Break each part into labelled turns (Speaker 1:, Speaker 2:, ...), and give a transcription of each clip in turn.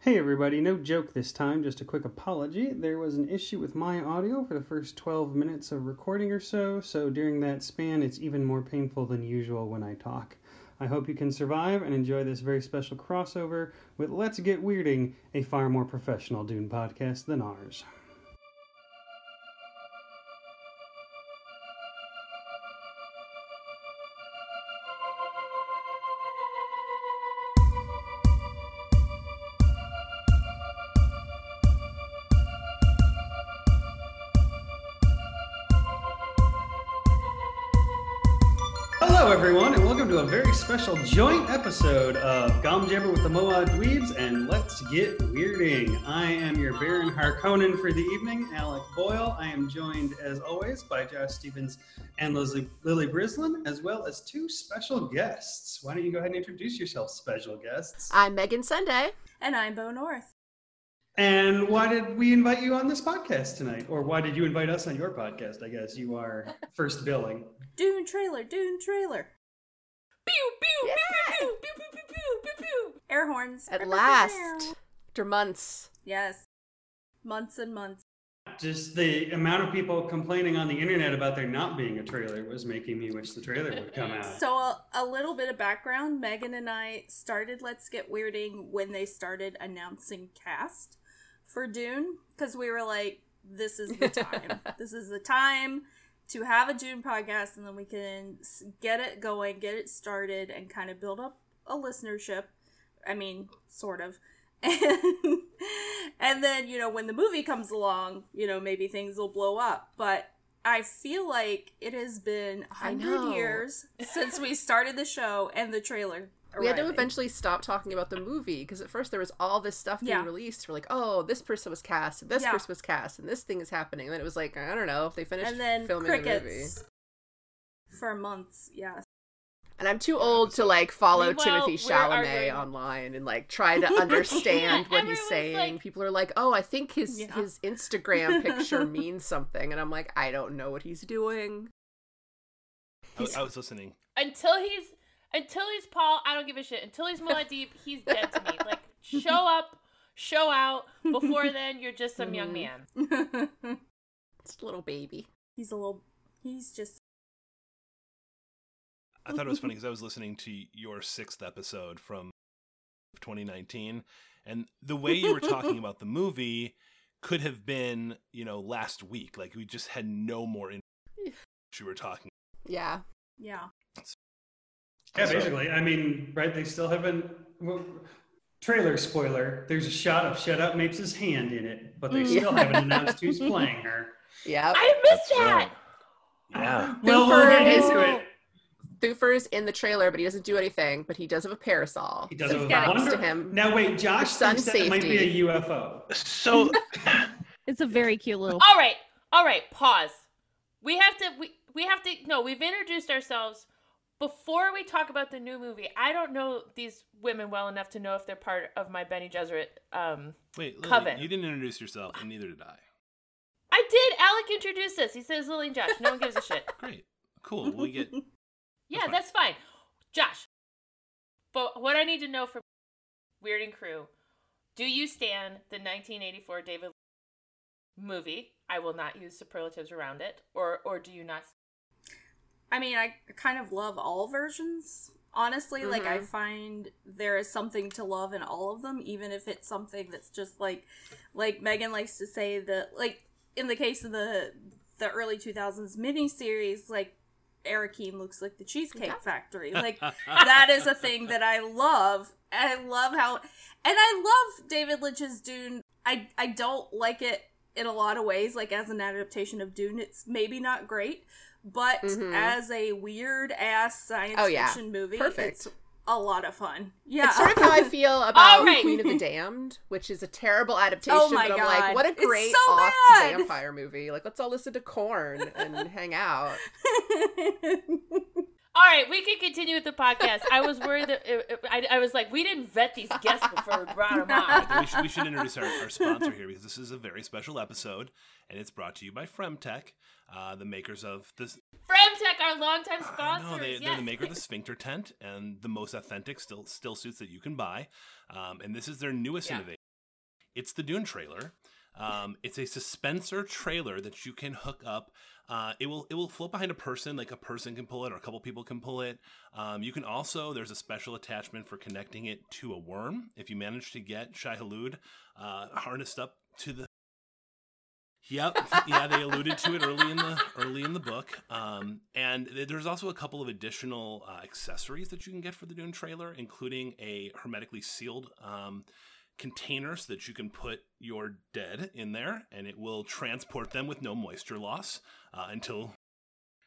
Speaker 1: Hey everybody, no joke this time, just a quick apology. There was an issue with my audio for the first 12 minutes of recording or so, so during that span, it's even more painful than usual when I talk. I hope you can survive and enjoy this very special crossover with Let's Get Weirding, a far more professional Dune podcast than ours. Hello, everyone, and welcome to a very special joint episode of Gom Jabber with the Moa Dweebs and Let's Get Weirding. I am your Baron Harkonnen for the evening, Alec Boyle. I am joined, as always, by Josh Stevens and Lizzie, Lily Brislin, as well as two special guests. Why don't you go ahead and introduce yourself, special guests?
Speaker 2: I'm Megan Sunday.
Speaker 3: And I'm Bo North.
Speaker 1: And why did we invite you on this podcast tonight? Or why did you invite us on your podcast? I guess you are first billing.
Speaker 3: Dune trailer, Dune trailer. Pew pew
Speaker 2: Yeah.
Speaker 3: pew pew pew pew pew pew pew pew. Air horns.
Speaker 2: At last, after months.
Speaker 3: Yes. Months and months.
Speaker 1: Just the amount of people complaining on the internet about there not being a trailer was making me wish the trailer would come out.
Speaker 3: So a, a little bit of background. Megan and I started Let's Get Weirding when they started announcing cast for Dune because we were like, this is the time. this is the time to have a Dune podcast, and then we can s- get it going, get it started, and kind of build up a listenership. I mean, sort of. And, and then, you know, when the movie comes along, you know, maybe things will blow up. But I feel like it has been a
Speaker 2: I
Speaker 3: 100
Speaker 2: know.
Speaker 3: years since we started the show and the trailer.
Speaker 2: We had to
Speaker 3: arriving.
Speaker 2: eventually stop talking about the movie because at first there was all this stuff being
Speaker 3: Yeah.
Speaker 2: released. We're like, oh, this person was cast, and this
Speaker 3: Yeah.
Speaker 2: person was cast, and this thing is happening. And then it was like, I don't know if they finished
Speaker 3: and then
Speaker 2: filming the movie.
Speaker 3: crickets for months. Yes,
Speaker 2: And I'm too old to like follow
Speaker 4: Meanwhile,
Speaker 2: Timothy
Speaker 4: we're
Speaker 2: Chalamet
Speaker 4: arguing.
Speaker 2: online and like try to understand what he's
Speaker 4: Everyone's
Speaker 2: saying.
Speaker 4: like-
Speaker 2: People are like, "Oh, I think his
Speaker 3: Yeah.
Speaker 2: his Instagram picture means something," and I'm like, "I don't know what he's doing."
Speaker 5: I,
Speaker 2: He's-
Speaker 5: I was listening.
Speaker 4: until he's until he's Paul, I don't give a shit. Until he's Muad'Dib, he's dead to me. Like show up, show out. Before then, you're just some young man.
Speaker 2: It's a little baby.
Speaker 3: he's a little. He's just
Speaker 5: I thought it was funny because I was listening to your sixth episode from 2019, and the way you were talking about the movie could have been, you know, last week. Like we just had no more. In- you were talking.
Speaker 2: Yeah.
Speaker 3: yeah.
Speaker 1: Yeah, basically. I mean, right? They still haven't. Well, trailer spoiler. There's a shot of Shut Up Mapes' hand in it, but they
Speaker 2: Mm.
Speaker 1: still haven't announced who's playing her.
Speaker 2: Yep.
Speaker 4: I missed
Speaker 5: That's
Speaker 4: that.
Speaker 5: right. Yeah.
Speaker 1: Well, we'll
Speaker 2: Cooper
Speaker 1: get
Speaker 2: is-
Speaker 1: into it.
Speaker 2: Thoofer is in the trailer, but he doesn't do anything. But he does have a parasol.
Speaker 1: He does have
Speaker 2: so
Speaker 1: a
Speaker 2: he's got it next
Speaker 1: wonder-
Speaker 2: to him.
Speaker 1: Now, wait, Josh
Speaker 2: Sun
Speaker 1: thinks that it might be
Speaker 2: safety.
Speaker 1: a UFO.
Speaker 5: So
Speaker 6: It's a very cute little.
Speaker 4: All right, all right. Pause. We have to. We we have to. No, we've introduced ourselves. Before we talk about the new movie, I don't know these women well enough to know if they're part of my Benny Gesserit. Um,
Speaker 5: wait, Lily,
Speaker 4: Coven.
Speaker 5: you didn't introduce yourself, and neither did I.
Speaker 4: I did. Alec introduced us. He says Lily and Josh. No one gives a shit.
Speaker 5: Great, cool. We get
Speaker 4: Yeah,
Speaker 5: fine.
Speaker 4: that's fine. Josh. But what I need to know from Weird and Crew, do you stand the 1984 David movie? I will not use superlatives around it, or or do you not?
Speaker 3: I mean, I kind of love all versions. Honestly, like I
Speaker 2: Mhm.
Speaker 3: find there is something to love in all of them, even if it's something that's just like, like Megan likes to say that, like in the case of the the early two thousands miniseries, like Eric Keen looks like the Cheesecake
Speaker 2: Yeah.
Speaker 3: Factory, like that is a thing that I love. I love how, and I love David Lynch's Dune. I I don't like it in a lot of ways. Like as an adaptation of Dune, it's maybe not great, but
Speaker 2: Mhm.
Speaker 3: as a weird ass science
Speaker 2: Oh, yeah.
Speaker 3: fiction movie,
Speaker 2: Perfect.
Speaker 3: it's a lot of fun. Yeah,
Speaker 2: It's sort of how I feel about
Speaker 4: All right.
Speaker 2: Queen of the Damned, which is a terrible adaptation.
Speaker 3: Oh my
Speaker 2: but I'm
Speaker 3: God.
Speaker 2: like, what a
Speaker 3: It's
Speaker 2: great
Speaker 3: so
Speaker 2: aughts
Speaker 3: bad.
Speaker 2: vampire movie. Like, let's all listen to Corn and hang out.
Speaker 4: All right, we can continue with the podcast. I was worried that it, it- I, I was like, we didn't vet these guests before we brought them on.
Speaker 5: we, should, we should introduce our, our sponsor here because this is a very special episode, and it's brought to you by Fremtech, uh, the makers of this.
Speaker 4: Framtech, our longtime
Speaker 5: I
Speaker 4: sponsors.
Speaker 5: know, Oh, they,
Speaker 4: yes.
Speaker 5: They're the maker of the sphincter tent and the most authentic still still suits that you can buy. Um, and this is their newest
Speaker 4: Yeah.
Speaker 5: innovation. It's the Dune trailer. Um, it's a suspensor trailer that you can hook up. Uh, it will it will float behind a person, like a person can pull it, or a couple people can pull it. Um, you can also there's a special attachment for connecting it to a worm. If you manage to get Shai Halud uh, harnessed up to the Yep, yeah, they alluded to it early in the early in the book. Um, and th- there's also a couple of additional uh, accessories that you can get for the Dune trailer, including a hermetically sealed um, container so that you can put your dead in there, and it will transport them with no moisture loss uh, until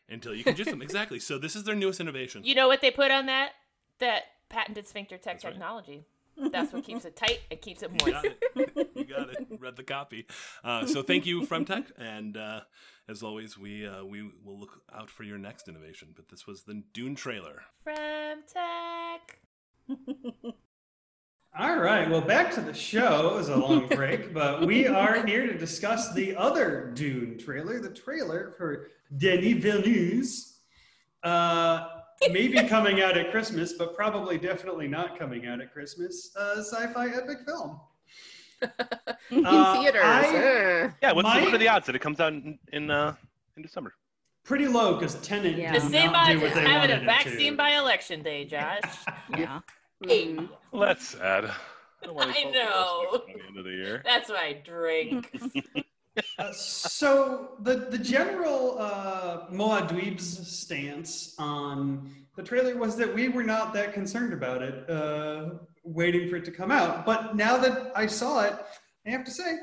Speaker 5: until you can juice them. exactly. So this is their newest innovation.
Speaker 4: You know what they put on that? That patented sphincter tech
Speaker 5: That's right.
Speaker 4: technology. That's what keeps it tight and keeps it
Speaker 5: You
Speaker 4: moist.
Speaker 5: got it. You got it. Read the copy. Uh, so thank you, FremTech, and uh, as always, we uh, we will look out for your next innovation. But this was the Dune trailer.
Speaker 4: From tech.
Speaker 1: All right. Well, back to the show. It was a long break, but we are here to discuss the other Dune trailer, the trailer for Denis Villeneuve's. Uh, maybe coming out at Christmas, but probably definitely not coming out at Christmas. Uh, sci-fi epic film.
Speaker 2: in
Speaker 1: Uh,
Speaker 2: theaters.
Speaker 1: I-
Speaker 2: ugh.
Speaker 7: Yeah, what's
Speaker 1: My-
Speaker 7: the, what are the odds that it comes out in in, uh, in December?
Speaker 1: Pretty low because Tenant
Speaker 6: Yeah.
Speaker 4: The
Speaker 1: did
Speaker 4: same
Speaker 1: not
Speaker 4: by
Speaker 1: do what they
Speaker 4: having
Speaker 1: wanted
Speaker 4: a
Speaker 1: it
Speaker 4: vaccine
Speaker 1: to.
Speaker 4: by election day, Josh.
Speaker 6: Yeah.
Speaker 2: Mm.
Speaker 7: Well, that's sad. I, don't wanna
Speaker 4: I
Speaker 7: be
Speaker 4: know.
Speaker 7: hopeful By the end of the year.
Speaker 4: That's what I drink.
Speaker 1: Uh, so the the general uh, Moadweeb's stance on the trailer was that we were not that concerned about it, uh, waiting for it to come out. But now that I saw it, I have to say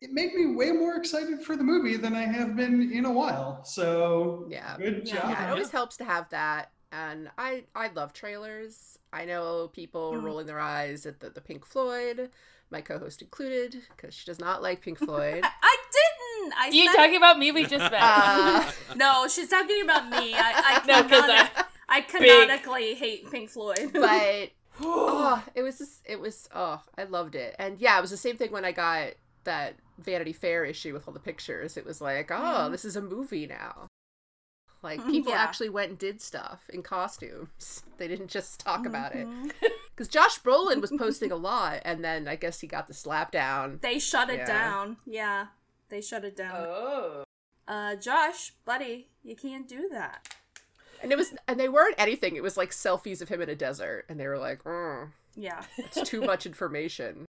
Speaker 1: it made me way more excited for the movie than I have been in a while. So
Speaker 2: Yeah.
Speaker 1: good
Speaker 3: Yeah.
Speaker 1: job.
Speaker 2: Yeah, it always helps to have that. And I, I love trailers. I know people
Speaker 3: Mhm.
Speaker 2: rolling their eyes at the, the Pink Floyd, my co-host included, because she does not like Pink Floyd.
Speaker 3: I, I didn't. I
Speaker 4: you
Speaker 3: said,
Speaker 4: talking about me? We just met.
Speaker 2: Uh,
Speaker 3: no. She's talking about me. I I,
Speaker 4: no, because
Speaker 3: canoni-
Speaker 4: I.
Speaker 3: I canonically hate Pink Floyd.
Speaker 2: but oh, it was just, it was oh, I loved it. And yeah, it was the same thing when I got that Vanity Fair issue with all the pictures. It was like, oh,
Speaker 3: Mhm.
Speaker 2: this is a movie now. Like
Speaker 3: Mhm,
Speaker 2: people
Speaker 3: yeah.
Speaker 2: actually went and did stuff in costumes. They didn't just talk about it.
Speaker 3: Mhm.
Speaker 2: Because Josh Brolin was posting a lot, and then I guess he got the slap down.
Speaker 3: They shut it
Speaker 2: Yeah.
Speaker 3: down. Yeah, they shut it down.
Speaker 4: Oh.
Speaker 3: Uh, Josh, buddy, you can't do that.
Speaker 2: And it was, and they weren't anything. It was like selfies of him in a desert, and they were like, mm,
Speaker 3: Yeah.
Speaker 2: "It's too much information."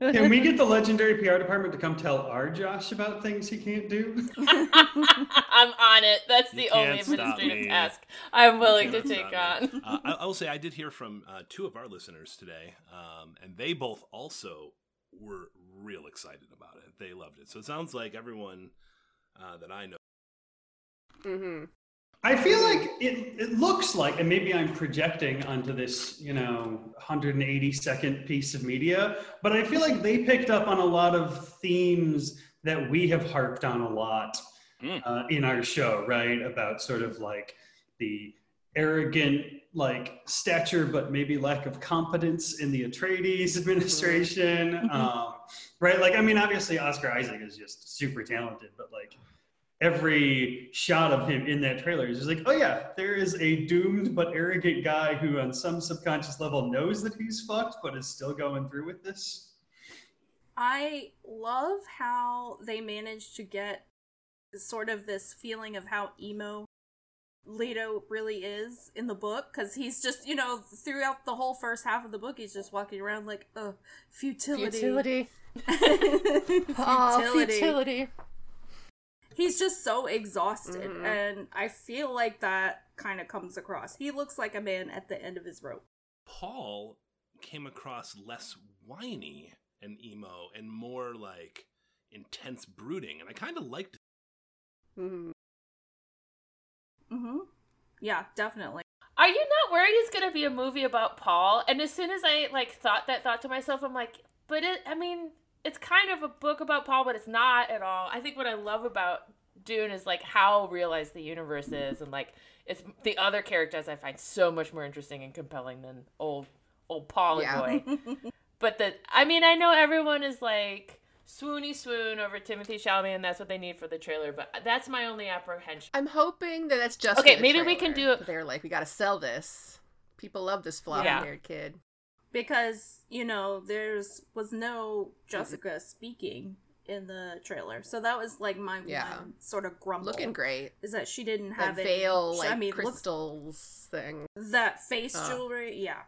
Speaker 1: Can we get the legendary PR department to come tell our Josh about things he can't do?
Speaker 4: I'm on it. That's
Speaker 5: You
Speaker 4: the only
Speaker 5: can't stop
Speaker 4: administrative
Speaker 5: me.
Speaker 4: task I'm willing to
Speaker 5: That's
Speaker 4: take
Speaker 5: not me.
Speaker 4: on.
Speaker 5: Uh, I, I will say I did hear from uh, two of our listeners today, um, and they both also were real excited about it. They loved it. So it sounds like everyone uh, that I know.
Speaker 2: hmm
Speaker 1: I feel like it, it looks like, and maybe I'm projecting onto this, you know, 180 second piece of media, but I feel like they picked up on a lot of themes that we have harped on a lot
Speaker 7: Mm.
Speaker 1: uh, in our show, right? About sort of like the arrogant, like stature, but maybe lack of competence in the Atreides administration, um, right? Like, I mean, obviously Oscar Isaac is just super talented, but like, every shot of him in that trailer is just like, oh yeah, there is a doomed but arrogant guy who, on some subconscious level, knows that he's fucked but is still going through with this.
Speaker 3: I love how they managed to get sort of this feeling of how emo Leto really is in the book because he's just, you know, throughout the whole first half of the book, he's just walking around like, ugh, futility.
Speaker 2: Futility.
Speaker 3: futility.
Speaker 2: Oh, futility.
Speaker 3: He's just so exhausted,
Speaker 2: Mhm.
Speaker 3: and I feel like that kind of comes across. He looks like a man at the end of his rope.
Speaker 5: Paul came across less whiny and emo and more like intense brooding, and I kind of liked it.
Speaker 2: Mhm.
Speaker 3: Mm-hmm. Yeah, definitely.
Speaker 4: Are you not worried it's gonna be a movie about Paul? And as soon as I like thought that thought to myself, I'm like, but it. I mean, it's kind of a book about Paul, but it's not at all. I think what I love about Dune is like how realized the universe is, and like it's the other characters I find so much more interesting and compelling than old old Paul
Speaker 2: Yeah.
Speaker 4: and boy. But the I mean, I know everyone is like swoony swoon over Timothy Chalamet, and that's what they need for the trailer. But that's my only apprehension.
Speaker 2: I'm hoping that that's just
Speaker 4: Okay,
Speaker 2: for the
Speaker 4: maybe we can
Speaker 2: trailer.
Speaker 4: do-
Speaker 2: They're like, we got to sell this. People love this floppy haired kid.
Speaker 3: because you know there's was no Jessica
Speaker 2: Mm-hmm.
Speaker 3: speaking in the trailer, so that was like my
Speaker 2: Yeah.
Speaker 3: one sort of grumble.
Speaker 2: Looking great.
Speaker 3: is that she didn't
Speaker 2: That
Speaker 3: have any-
Speaker 2: veil,
Speaker 3: she-
Speaker 2: like
Speaker 3: I mean, look-
Speaker 2: crystals thing.
Speaker 3: that face
Speaker 2: Uh.
Speaker 3: jewelry, yeah.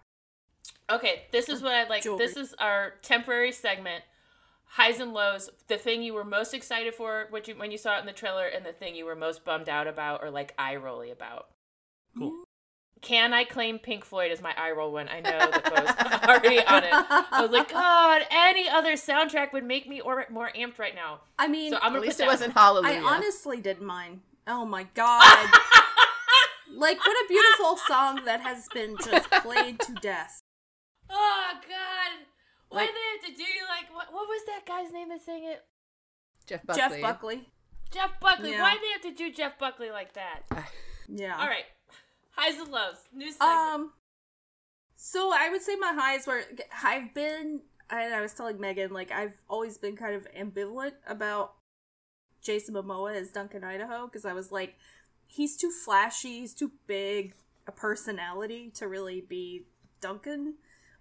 Speaker 4: Okay, this is what I'd like.
Speaker 3: Jewelry.
Speaker 4: This is our temporary segment. Highs and lows, the thing you were most excited for what you, when you saw it in the trailer, and the thing you were most bummed out about or like eye rolly about.
Speaker 3: Mm-hmm.
Speaker 5: Cool.
Speaker 4: Can I claim Pink Floyd as my eye roll one? I know that Bo's already on it. I was like, God, any other soundtrack would make me or- more amped right now.
Speaker 3: I mean,
Speaker 4: So I'm gonna
Speaker 2: At least
Speaker 4: put
Speaker 2: it
Speaker 4: that-
Speaker 2: wasn't Hallelujah.
Speaker 3: I honestly did mine. Oh my god. like what a beautiful song that has been just played to death.
Speaker 4: Oh God! Why
Speaker 3: Like-
Speaker 4: did they have to do like what? What was that guy's name that sang it?
Speaker 2: Jeff Buckley.
Speaker 3: Jeff Buckley.
Speaker 4: Jeff Buckley.
Speaker 3: Yeah.
Speaker 4: Why did they have to do Jeff Buckley like that?
Speaker 3: Yeah.
Speaker 4: All right, highs and lows. New segment.
Speaker 3: Um so I would say my highs were I've been and I was telling Megan like I've always been kind of ambivalent about Jason Momoa as Duncan Idaho because I was like he's too flashy, he's too big a personality to really be Duncan,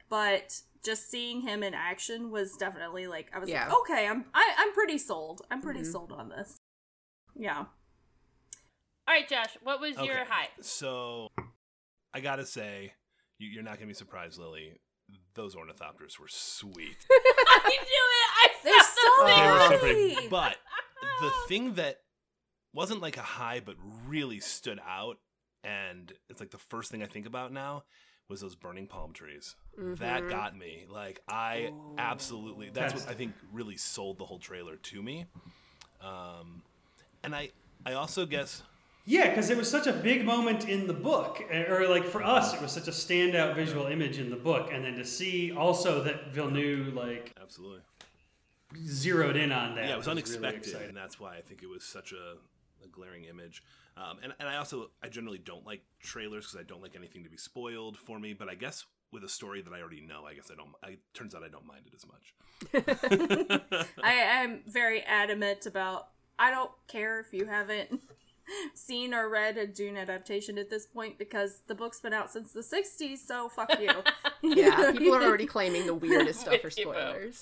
Speaker 3: but just seeing him in action was definitely like I was
Speaker 2: Yeah.
Speaker 3: like okay, I'm I, I'm pretty sold. I'm pretty
Speaker 2: Mhm.
Speaker 3: sold on this. Yeah.
Speaker 4: All right, Josh. What was your
Speaker 5: Okay.
Speaker 4: high?
Speaker 5: So I gotta say, you, you're not gonna be surprised, Lily. Those ornithopters were sweet.
Speaker 4: I knew it. I
Speaker 3: They're
Speaker 4: saw
Speaker 3: so
Speaker 4: the
Speaker 5: They
Speaker 4: thing.
Speaker 5: were so
Speaker 3: Really?
Speaker 5: pretty. But the thing that wasn't like a high, but really stood out, and it's like the first thing I think about now was those burning palm trees. That
Speaker 2: Mhm.
Speaker 5: got me. Like I absolutely. That's what
Speaker 1: Yes.
Speaker 5: I think really sold the whole trailer to me. Um, and I, I also guess
Speaker 1: Yeah, because it was such a big moment in the book, eh, or like for us, it was such a standout visual image in the book, and then to see also that Villeneuve like
Speaker 5: absolutely.
Speaker 1: zeroed in on that.
Speaker 5: yeah, it was,
Speaker 1: really
Speaker 5: unexpected,
Speaker 1: exciting.
Speaker 5: and that's why I think it was such a, a glaring image. Um, and and I also I generally don't like trailers because I don't like anything to be spoiled for me. But I guess with a story that I already know, I guess I don't. I, turns out I don't mind it as much.
Speaker 3: I am very adamant about. I don't care if you haven't seen or read a Dune adaptation at this point because the book's been out since the '60s. So fuck you.
Speaker 2: Yeah, people are already claiming the weirdest stuff for
Speaker 4: With you, Bo.
Speaker 2: spoilers.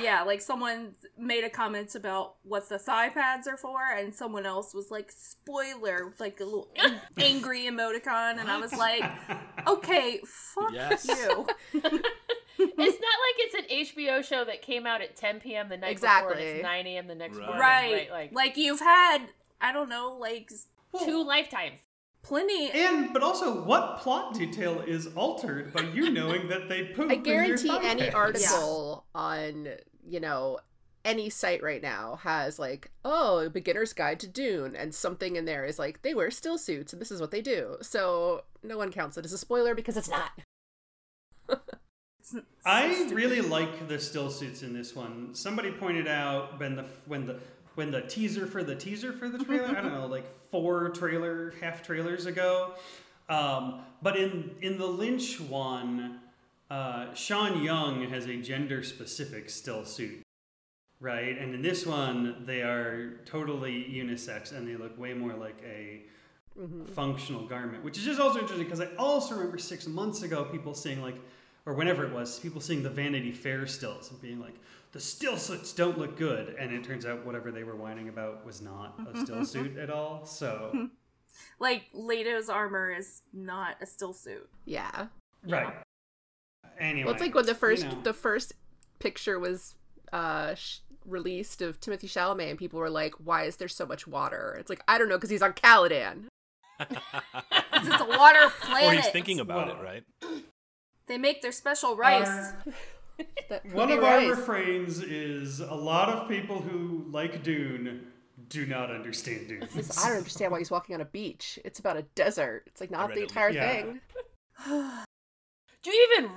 Speaker 3: Yeah, like someone made a comment about what the thigh pads are for, and someone else was like, "Spoiler!" with like a little an- angry emoticon, and I was like, "Okay, fuck
Speaker 5: Yes.
Speaker 3: you."
Speaker 4: It's not like it's an HBO show that came out at 10 p.m. the night before and
Speaker 2: Exactly.
Speaker 4: it's 9 a.m. the next
Speaker 5: Right.
Speaker 4: morning.
Speaker 3: Right,
Speaker 4: Like,
Speaker 3: like, you've had, I don't know, like s-
Speaker 1: Well,
Speaker 4: two lifetimes.
Speaker 3: plenty.
Speaker 1: And but also, what plot detail is altered by you knowing that they poop?
Speaker 2: I
Speaker 1: in their
Speaker 2: guarantee
Speaker 1: thigh
Speaker 2: any
Speaker 1: pads?
Speaker 2: article on, you know, any site right now has like, oh, beginner's guide to Dune, and something in there is like, they wear still suits and this is what they do. So no one counts it as a spoiler because it's not.
Speaker 3: It's- it's
Speaker 1: I
Speaker 3: stupid.
Speaker 1: really like the still suits in this one. Somebody pointed out when the when the when the teaser for the teaser for the trailer, I don't know, like four trailer half trailers ago. Um, but in in the Lynch one, uh, Sean Young has a gender specific still suit, right? And in this one, they are totally unisex and they look way more like a
Speaker 2: Mm-hmm.
Speaker 1: functional garment, which is just also interesting because I also remember six months ago people seeing like, or whenever it was, people seeing the Vanity Fair stills and being like, the still suits don't look good, and it turns out whatever they were whining about was not a still suit at all. So
Speaker 3: like Leto's armor is not a still suit.
Speaker 2: Yeah.
Speaker 1: right. Anyway,
Speaker 2: Well, it's like when the first
Speaker 1: know.
Speaker 2: the first picture was uh sh- released of Timothy Chalamet, and people were like, "Why is there so much water?" It's like I don't know because he's on Caladan.
Speaker 3: It's just a water
Speaker 5: or
Speaker 3: planet.
Speaker 5: he's thinking about it,
Speaker 1: Wow.
Speaker 5: right?
Speaker 3: They make their special rice.
Speaker 1: Our-
Speaker 2: That could
Speaker 1: one
Speaker 2: be
Speaker 1: of
Speaker 2: right.
Speaker 1: our refrains is a lot of people who like Dune do not understand Dune.
Speaker 2: It's- I don't understand why he's walking on a beach. It's about a desert. It's like not
Speaker 5: read
Speaker 2: the
Speaker 5: it.
Speaker 2: entire
Speaker 1: Yeah.
Speaker 2: thing.
Speaker 4: Do you even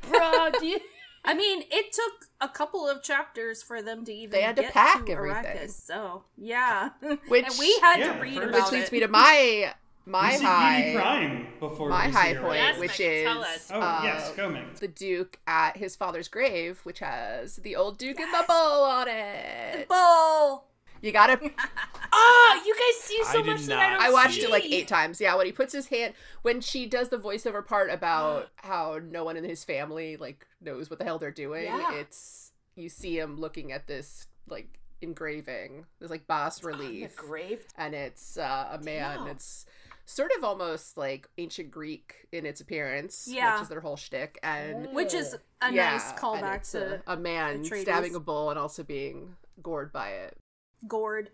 Speaker 4: bro? Do you?
Speaker 3: I mean, it took a couple of chapters for them to even
Speaker 2: They had to
Speaker 3: get
Speaker 2: pack
Speaker 3: to
Speaker 2: everything.
Speaker 3: Arrakis, so yeah,
Speaker 2: Which-
Speaker 3: and we had
Speaker 1: Yeah,
Speaker 3: to
Speaker 1: the
Speaker 3: read
Speaker 1: first-
Speaker 3: about
Speaker 2: Which leads
Speaker 3: it.
Speaker 2: me to my my
Speaker 1: we see PD
Speaker 2: high
Speaker 1: E Prime before
Speaker 2: my
Speaker 1: we
Speaker 2: high
Speaker 1: see
Speaker 2: point,
Speaker 1: Arrakis.
Speaker 4: Yes,
Speaker 2: which
Speaker 4: Megan,
Speaker 2: is
Speaker 4: tell us.
Speaker 1: Oh
Speaker 2: uh,
Speaker 1: yes, go Megan.
Speaker 2: the Duke at his father's grave, which has the old Duke and the bowl on it.
Speaker 3: Bull.
Speaker 2: You gotta. Ah,
Speaker 4: Oh, you guys see
Speaker 5: I
Speaker 4: so
Speaker 5: did
Speaker 4: much that
Speaker 5: not
Speaker 4: I don't
Speaker 2: I watched
Speaker 4: see.
Speaker 2: it like eight times. Yeah, when he puts his hand, when she does the voiceover part about how no one in his family like knows what the hell they're doing.
Speaker 4: Yeah.
Speaker 2: It's you see him looking at this like engraving, this like bas
Speaker 4: On the
Speaker 2: relief,
Speaker 4: grave.
Speaker 2: and it's uh, a man.
Speaker 4: Damn.
Speaker 2: It's sort of almost like ancient Greek in its appearance,
Speaker 3: Yeah.
Speaker 2: which is their whole shtick, and
Speaker 3: Which is a nice
Speaker 2: and
Speaker 3: callback
Speaker 2: it's
Speaker 3: to
Speaker 2: a, a man
Speaker 3: Atreides.
Speaker 2: stabbing a bull and also being gored by it.
Speaker 3: Gord.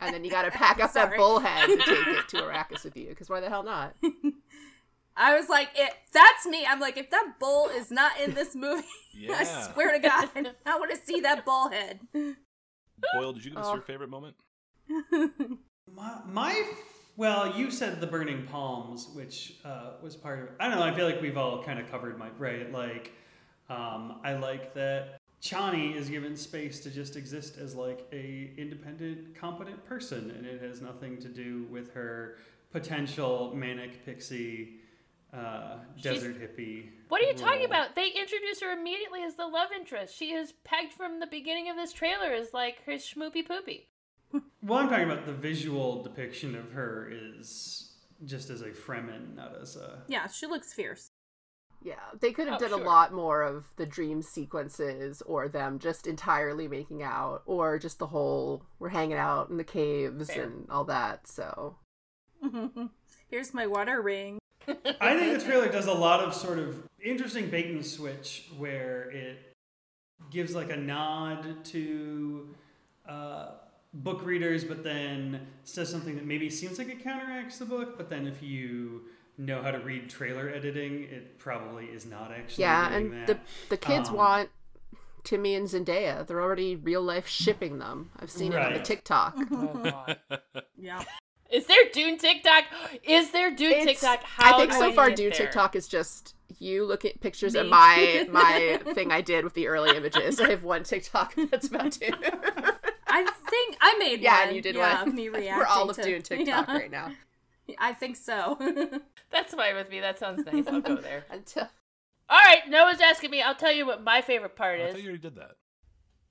Speaker 2: And then you got to pack up that
Speaker 3: Sorry.
Speaker 2: bull head to take it to Arrakis with you, because why the hell not?
Speaker 3: I was like, it, that's me. I'm like, if that bull is not in this movie, I
Speaker 5: Yeah.
Speaker 3: swear to God, I want to see that bull head.
Speaker 5: Boyle, did you give us
Speaker 2: Oh.
Speaker 5: your favorite moment?
Speaker 1: My, my well, you said the burning palms, which uh, was part of. I don't know. I feel like we've all kind of covered my right. Like, um, I like that Chani is given space to just exist as like a independent, competent person, and it has nothing to do with her potential manic pixie, uh,
Speaker 4: She's-
Speaker 1: desert hippie.
Speaker 4: What are you talking
Speaker 1: role.
Speaker 4: about? They introduce her immediately as the love interest. She is pegged from the beginning of this trailer as like her schmoopy poopy.
Speaker 1: Well, I'm talking about the visual depiction of her is just as a Fremen, not as a.
Speaker 3: yeah, she looks fierce.
Speaker 2: Yeah, they could have
Speaker 4: Oh,
Speaker 2: done
Speaker 4: sure.
Speaker 2: a lot more of the dream sequences or them just entirely making out or just the whole we're hanging out in the caves
Speaker 4: Fair.
Speaker 2: and all that. So,
Speaker 3: Here's my water ring.
Speaker 1: I think the trailer does a lot of sort of interesting bait and switch where it gives like a nod to uh, book readers, but then says something that maybe seems like it counteracts the book. But then if you know how to read trailer editing, it probably is not actually.
Speaker 2: yeah,
Speaker 1: doing
Speaker 2: and
Speaker 1: that.
Speaker 2: the the kids
Speaker 1: Um,
Speaker 2: want Timmy and Zendaya. They're already real life shipping them. I've seen it on the
Speaker 1: Right.
Speaker 2: TikTok.
Speaker 3: Yeah.
Speaker 4: Is there Dune TikTok? Is there Dune
Speaker 2: It's-
Speaker 4: TikTok? How
Speaker 2: I think
Speaker 4: do
Speaker 2: so far
Speaker 4: get
Speaker 2: do
Speaker 4: there?
Speaker 2: TikTok is just you look at pictures
Speaker 3: Me.
Speaker 2: and my my thing I did with the early images. I have one TikTok that's about Dune.
Speaker 3: I think I made
Speaker 2: yeah,
Speaker 3: one.
Speaker 2: and you did
Speaker 3: yeah,
Speaker 2: one.
Speaker 3: of me reacting
Speaker 2: We're all of
Speaker 3: to,
Speaker 2: Dune TikTok
Speaker 3: Yeah,
Speaker 2: right now.
Speaker 3: I think so.
Speaker 4: That's fine with me. That sounds nice. I'll go there.
Speaker 2: Until
Speaker 4: All right, Noah's asking me. I'll tell you what my favorite
Speaker 5: I
Speaker 4: part
Speaker 5: thought
Speaker 4: is.
Speaker 5: you already did that.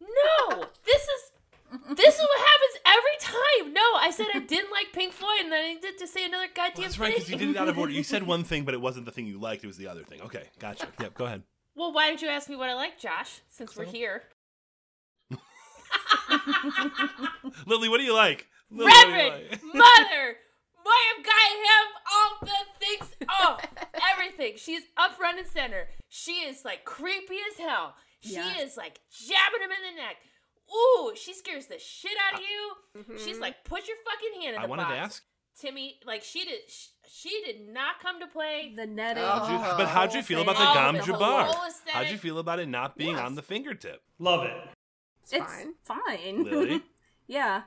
Speaker 4: No, this is this is what happens every time. No, I said I didn't like Pink Floyd, and then I did to say another goddamn
Speaker 5: Well, that's
Speaker 4: thing.
Speaker 5: right, because you did it out of order. You said one thing, but it wasn't the thing you liked. It was the other thing. Okay, gotcha. Yep, go ahead.
Speaker 4: Well, why didn't you ask me what I like, Josh? Since we're here,
Speaker 5: Lily, what do you like? Lily, what do you
Speaker 4: Reverend
Speaker 5: like?
Speaker 4: Mother. William got him all the things, oh, everything. She's up front and center. She is like creepy as hell. She
Speaker 3: Yeah.
Speaker 4: is like jabbing him in the neck. Ooh, she scares the shit out of you. She's like, put your fucking hand in
Speaker 5: Uh, mm-hmm. I
Speaker 4: the
Speaker 5: wanted
Speaker 4: box.
Speaker 5: to ask,
Speaker 4: Timmy, like she did, she, she did not come to play.
Speaker 3: the netting.
Speaker 5: how'd you,
Speaker 2: Oh,
Speaker 5: but how'd you feel about the
Speaker 4: Oh,
Speaker 5: Gam
Speaker 4: the
Speaker 5: Jabbar?
Speaker 4: whole aesthetic.
Speaker 5: How'd you feel about it not being
Speaker 2: Yes.
Speaker 5: on the fingertip,
Speaker 1: Love it.
Speaker 2: it's,
Speaker 3: it's
Speaker 2: fine.
Speaker 3: fine.
Speaker 5: Lily?
Speaker 3: yeah.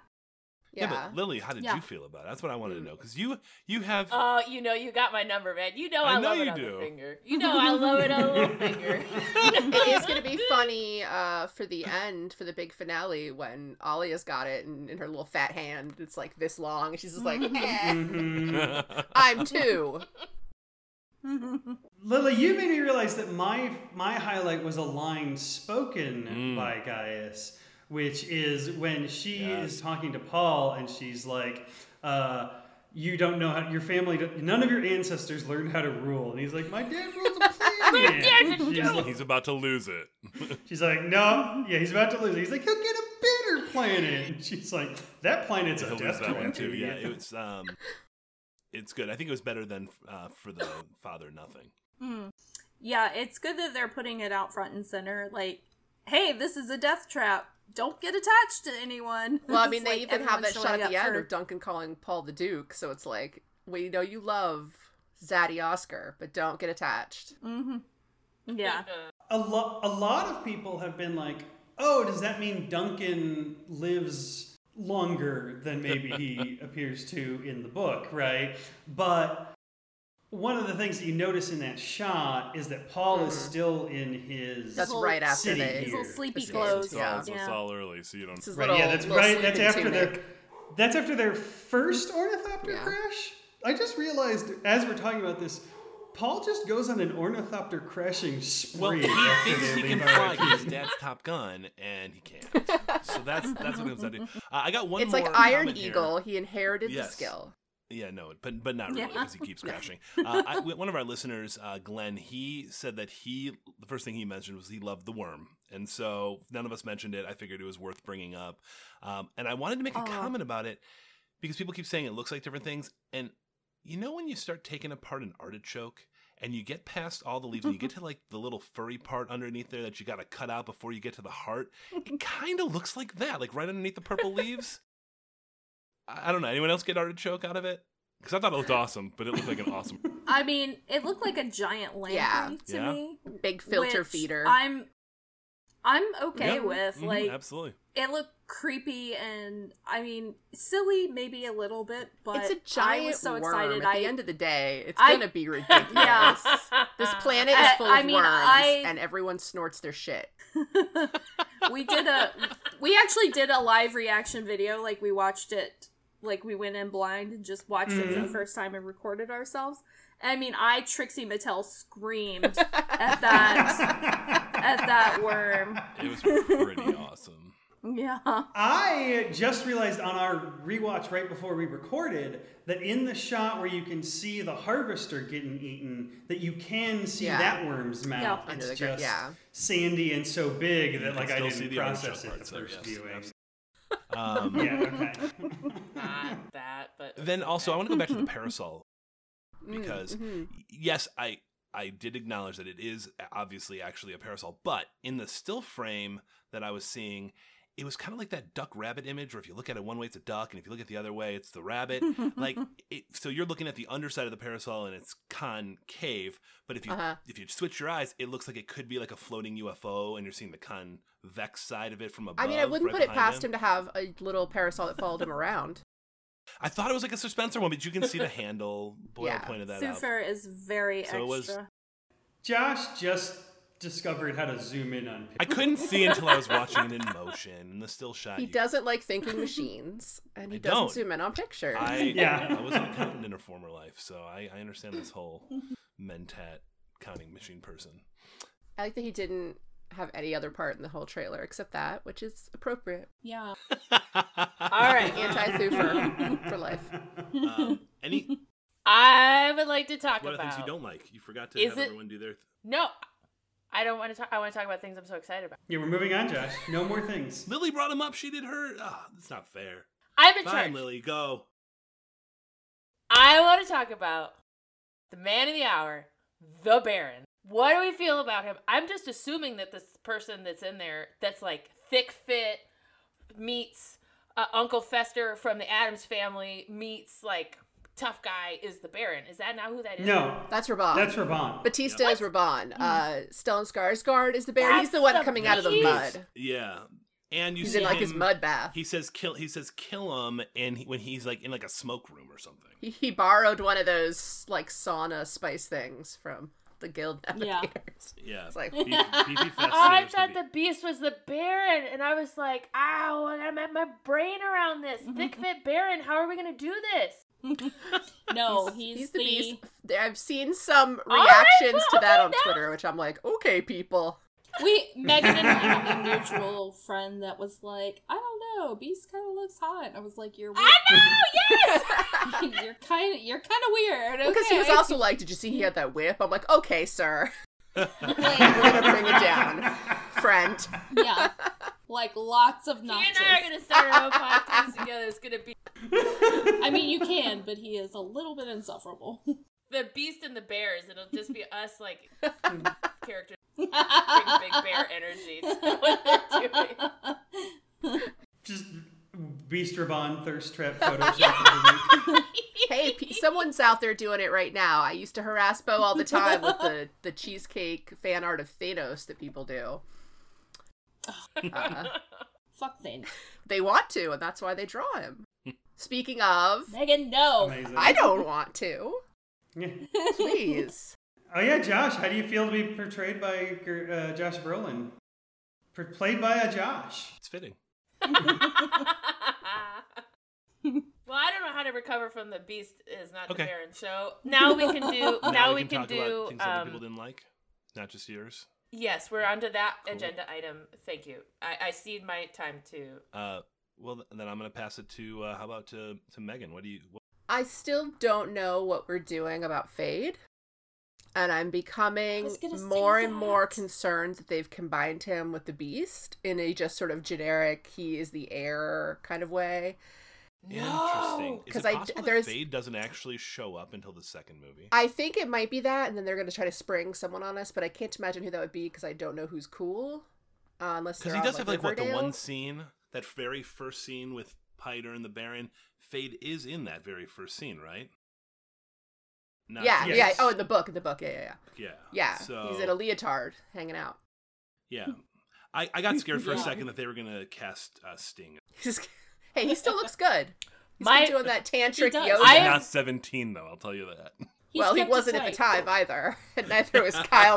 Speaker 2: Yeah.
Speaker 5: but Lily, how did
Speaker 3: Yeah.
Speaker 5: you feel about it? That's what I
Speaker 4: Mm.
Speaker 5: wanted to know. Because you you have
Speaker 4: Oh, you know, you got my number, man. You know, I,
Speaker 5: I know
Speaker 4: love
Speaker 5: you
Speaker 4: it on
Speaker 5: do.
Speaker 4: the finger. You know, I love it on the little finger.
Speaker 2: it is going to be funny uh, for the end, for the big finale, when Alia's got it and in her little fat hand, it's like this long, and she's just like, eh,
Speaker 1: Mhm.
Speaker 4: Uh,
Speaker 5: I
Speaker 2: "I'm two.
Speaker 1: Lily, you made me realize that my my highlight was a line spoken
Speaker 5: Mm.
Speaker 1: by Gaius, which is when she
Speaker 5: Yes.
Speaker 1: is talking to Paul and she's like, uh, "You don't know how your family. don't- None of your ancestors learned how to rule." And he's like, "My dad rules a planet."
Speaker 4: dad
Speaker 1: And she's, like,
Speaker 5: He's about to lose it.
Speaker 1: she's like, "No, yeah, he's about to lose." it." He's like, "He'll get a better planet." And she's like, "That planet's
Speaker 5: He'll
Speaker 1: a
Speaker 5: lose
Speaker 1: death
Speaker 5: that one
Speaker 1: one
Speaker 5: too. Yeah, it was um, it's good. I think it was better than uh, for the father nothing.
Speaker 3: Mm. Yeah, it's good that they're putting it out front and center. Like, hey, this is a death trap. Don't get attached to anyone.
Speaker 2: Well, I
Speaker 3: It's
Speaker 2: mean, they
Speaker 3: like
Speaker 2: even have
Speaker 3: everyone
Speaker 2: that shot
Speaker 3: showing
Speaker 2: at
Speaker 3: up
Speaker 2: the end
Speaker 3: for-
Speaker 2: of Duncan calling Paul the Duke, so it's like, we know you love Zaddy Oscar, but don't get attached.
Speaker 3: Yeah.
Speaker 1: a lot a lot of people have been like oh does that mean duncan lives longer than maybe he appears to in the book right but one of the things that you notice in that shot is that paul is
Speaker 5: Mm-hmm.
Speaker 1: still in his
Speaker 2: That's
Speaker 3: little
Speaker 2: right after
Speaker 1: city
Speaker 2: they.
Speaker 3: His
Speaker 1: here.
Speaker 3: little sleepy
Speaker 2: Escaped,
Speaker 3: clothes.
Speaker 2: yeah.
Speaker 3: Yeah.
Speaker 5: all early, so you don't.
Speaker 2: This is
Speaker 1: right
Speaker 2: little,
Speaker 1: yeah that's
Speaker 2: little
Speaker 1: right that's
Speaker 2: sleeping
Speaker 1: after
Speaker 2: tunic.
Speaker 1: their that's after their first ornithopter
Speaker 2: Yeah.
Speaker 1: crash i just realized as we're talking about this Paul just goes on an ornithopter crashing spree.
Speaker 5: Well, he
Speaker 1: after
Speaker 5: thinks
Speaker 1: they
Speaker 5: he can
Speaker 1: leave our
Speaker 5: fly. He's
Speaker 1: key.
Speaker 5: dad's Top Gun, and he can't. So that's that's what it comes down to. Uh, I got one.
Speaker 2: it's
Speaker 5: more
Speaker 2: like Iron
Speaker 5: comment here.
Speaker 2: Eagle. He inherited
Speaker 5: Yes.
Speaker 2: the skill.
Speaker 5: Yeah, no, but but not really
Speaker 3: Yeah.
Speaker 5: because he keeps crashing. Uh, I, one of our listeners, uh, Glenn, he said that he the first thing he mentioned was he loved the worm, and so none of us mentioned it. I figured it was worth bringing up, um, and I wanted to make a
Speaker 3: Aw.
Speaker 5: comment about it because people keep saying it looks like different things, and you know when you start taking apart an artichoke and you get past all the leaves and you get to like the little furry part underneath there that you got to cut out before you get to the heart, it kind of looks like that, like right underneath the purple leaves. I I don't know. Anyone else get artichoke out of it? Because I thought it looked awesome, but it looked like an awesome.
Speaker 3: I mean, it looked like a giant lamprey
Speaker 2: Yeah.
Speaker 3: to
Speaker 5: Yeah.
Speaker 3: me.
Speaker 2: Big filter
Speaker 3: which
Speaker 2: feeder.
Speaker 3: I'm I'm okay
Speaker 5: Yeah.
Speaker 3: with
Speaker 5: Mhm,
Speaker 3: like
Speaker 5: absolutely.
Speaker 3: it looked creepy and I mean silly maybe a little bit, but
Speaker 2: it's a
Speaker 3: I
Speaker 2: giant
Speaker 3: was so
Speaker 2: worm.
Speaker 3: excited.
Speaker 2: At
Speaker 3: I
Speaker 2: the end of the day, it's
Speaker 3: I-
Speaker 2: gonna be ridiculous. This planet is
Speaker 3: I-
Speaker 2: full of
Speaker 3: I mean,
Speaker 2: worms,
Speaker 3: I-
Speaker 2: and everyone snorts their shit.
Speaker 3: we did a we actually did a live reaction video like we watched it like we went in blind and just watched it for
Speaker 5: Mm-hmm.
Speaker 3: the first time and recorded ourselves i mean i trixie mattel screamed at that at that worm
Speaker 5: It was pretty awesome.
Speaker 3: yeah
Speaker 1: I just realized on our rewatch right before we recorded that in the shot where you can see the harvester getting eaten, that you can see
Speaker 2: Yeah.
Speaker 1: that worm's mouth.
Speaker 3: Yeah.
Speaker 1: It's
Speaker 2: Under the gr-
Speaker 1: just
Speaker 2: yeah.
Speaker 1: sandy and so big
Speaker 5: You
Speaker 1: that
Speaker 5: can
Speaker 1: like I
Speaker 5: still
Speaker 1: didn't
Speaker 5: see the
Speaker 1: process it
Speaker 5: artichoke
Speaker 1: the
Speaker 5: parts there,
Speaker 1: first
Speaker 5: yes,
Speaker 1: viewing.
Speaker 5: Um,
Speaker 1: Yeah. Okay.
Speaker 4: Not that, but
Speaker 5: Then also, I
Speaker 4: okay.
Speaker 5: want to go back to the parasol
Speaker 2: Mm,
Speaker 5: because
Speaker 2: mhm.
Speaker 5: yes, I I did acknowledge that it is uh, obviously actually a parasol, but in the still frame that I was seeing, it was kind of like that duck rabbit image where if you look at it one way it's a duck and if you look at the other way it's the rabbit. like it, so you're looking at the underside of the parasol and it's concave, but if you
Speaker 2: Uh-huh.
Speaker 5: if you switch your eyes, it looks like it could be like a floating UFO and you're seeing the convex side of it from above.
Speaker 2: I mean, I wouldn't
Speaker 5: right
Speaker 2: put it
Speaker 5: behind
Speaker 2: past him. to have a little parasol that followed him around.
Speaker 5: I thought it was like a suspenser one, but you can see the handle. Boyle
Speaker 2: Yeah.
Speaker 5: pointed that out.
Speaker 3: Sufer is very
Speaker 5: So it was-
Speaker 3: extra
Speaker 1: Josh just discovered how to zoom in on
Speaker 5: I couldn't see until I was watching it in motion in the still shot.
Speaker 2: He
Speaker 5: you-
Speaker 2: doesn't like thinking machines, and he
Speaker 5: I
Speaker 2: doesn't
Speaker 5: don't.
Speaker 2: zoom in on pictures.
Speaker 5: I
Speaker 1: Yeah.
Speaker 5: I was an accountant in a former life, so I, I understand this whole mentat counting machine person.
Speaker 2: I like that he didn't have any other part in the whole trailer except that, which is appropriate.
Speaker 3: yeah
Speaker 4: All right.
Speaker 2: Anti-Thufir for life.
Speaker 5: um, any
Speaker 4: I would like to talk
Speaker 5: what are the
Speaker 4: about
Speaker 5: things you don't like? You forgot to
Speaker 4: Is
Speaker 5: have
Speaker 4: it-
Speaker 5: everyone do their. Th-
Speaker 4: No, I don't want to talk. I want to talk about things I'm so excited about.
Speaker 1: Yeah, we're moving on, Josh. No more things.
Speaker 5: Lily brought him up. She did her. Ah, that's not fair.
Speaker 4: I'm in
Speaker 5: Fine,
Speaker 4: charge.
Speaker 5: Lily, go.
Speaker 4: I want to talk about the man of the hour, the Baron. What do we feel about him? I'm just assuming that this person that's in there, that's like thick fit, meets uh, Uncle Fester from the Adams family, meets like tough guy, is the Baron. Is that not who that is?
Speaker 1: No,
Speaker 2: That's Raban.
Speaker 1: that's Raban.
Speaker 2: Batista is Raban. Uh, Stellan Skarsgård is the bear. He's
Speaker 4: That's
Speaker 2: the one
Speaker 4: the-
Speaker 2: coming out of the
Speaker 4: he's-
Speaker 2: mud.
Speaker 5: Yeah, and you
Speaker 2: He's
Speaker 5: see
Speaker 2: in like
Speaker 5: him,
Speaker 2: his mud bath.
Speaker 5: He says kill. He says kill him, and he, when he's like in like a smoke room or something.
Speaker 2: He, he borrowed one of those like sauna spice things from the guild
Speaker 3: Yeah.
Speaker 2: navigators.
Speaker 5: Yeah,
Speaker 2: It's like-
Speaker 5: Beef- beefy fest
Speaker 4: Oh, I
Speaker 5: serves
Speaker 4: thought
Speaker 5: the
Speaker 4: the beast was the Baron, and I was like, ow, and I'm at my brain around this. Thick fit Baron, how are we going to do this?
Speaker 3: no he's,
Speaker 2: He's
Speaker 3: the,
Speaker 2: the beast. I've seen some
Speaker 4: right,
Speaker 2: reactions to
Speaker 4: well,
Speaker 2: that
Speaker 4: okay,
Speaker 2: on
Speaker 4: now-
Speaker 2: Twitter, which I'm like, okay, people.
Speaker 3: we megan and i had a mutual friend that was like i don't know beast kind of looks hot i was like you're
Speaker 4: I know, yes!
Speaker 3: you're kind of you're kind of weird. Okay.
Speaker 2: Because he was also like, did you see he had that whip? I'm like, okay, sir.
Speaker 3: Like,
Speaker 2: We're gonna bring it down, friend.
Speaker 3: yeah, like lots of
Speaker 4: He
Speaker 3: notches.
Speaker 4: and I are going to start our own podcast together. It's going to be
Speaker 3: I mean, you can, but he is a little bit insufferable.
Speaker 4: the beast and the bears. It'll just be us, like, characters bring big
Speaker 3: Big
Speaker 4: bear energy to what they're doing.
Speaker 1: Just Beast Raban thirst trap Photoshop. of the week.
Speaker 2: Hey, p- someone's out there doing it right now. I used to harass Bo all the time with the the cheesecake fan art of Thanos that people do. Uh,
Speaker 3: Fuck thing.
Speaker 2: they want to, and that's why they draw him. Speaking of,
Speaker 3: Megan, no.
Speaker 1: Amazing.
Speaker 2: I don't want to.
Speaker 1: Yeah.
Speaker 2: Please.
Speaker 1: Oh yeah, Josh. How do you feel to be portrayed by uh, Josh Brolin? Per- Played by a Josh.
Speaker 5: It's fitting.
Speaker 4: Well, I don't know how to recover from the beast is not
Speaker 5: Okay.
Speaker 4: the Baron. So now we can do. Now, we can,
Speaker 5: talk
Speaker 4: do.
Speaker 5: about things other people
Speaker 4: Um,
Speaker 5: didn't like, not just yours.
Speaker 4: Yes, we're onto that
Speaker 5: Cool.
Speaker 4: agenda item. Thank you. I, I cede my time to.
Speaker 5: Uh, well, th- then I'm gonna pass it to uh, how about to to Megan? What do you? What,
Speaker 2: I still don't know what we're doing about Fade. And I'm
Speaker 3: I
Speaker 2: becoming
Speaker 3: was gonna say
Speaker 2: more and more
Speaker 3: that.
Speaker 2: concerned that they've combined him with the Beast in a just sort of generic, he is the heir kind of way.
Speaker 5: Interesting.
Speaker 4: No!
Speaker 5: Is
Speaker 2: 'Cause
Speaker 5: it
Speaker 2: I d-
Speaker 5: possible
Speaker 2: there's-
Speaker 5: that Fade doesn't actually show up until the second movie?
Speaker 2: I think it might be that, and then they're going to try to spring someone on us, but I can't imagine who that would be because I don't know who's cool. Uh, unless
Speaker 5: Because
Speaker 2: they're
Speaker 5: he
Speaker 2: on,
Speaker 5: does have like what the
Speaker 2: Riverdale.
Speaker 5: one scene, that very first scene with Piter and the Baron. Fade is in that very first scene, right? Not
Speaker 2: Yeah,
Speaker 5: yet.
Speaker 2: yeah. Oh, in the book, in the book, yeah, yeah, yeah.
Speaker 5: yeah,
Speaker 2: Yeah,
Speaker 5: So
Speaker 2: he's in a leotard hanging out.
Speaker 5: yeah, I, I got scared for a
Speaker 4: Yeah.
Speaker 5: second that they were gonna cast uh, Sting.
Speaker 2: He's hey, he still looks good. He's
Speaker 4: My-
Speaker 2: been doing that tantric
Speaker 3: does.
Speaker 2: yoga.
Speaker 4: I am-
Speaker 5: Not 17 though, I'll tell you that.
Speaker 3: He's
Speaker 2: well, he
Speaker 3: kept his
Speaker 2: wasn't at the
Speaker 3: height.
Speaker 2: time either, and neither was Kyle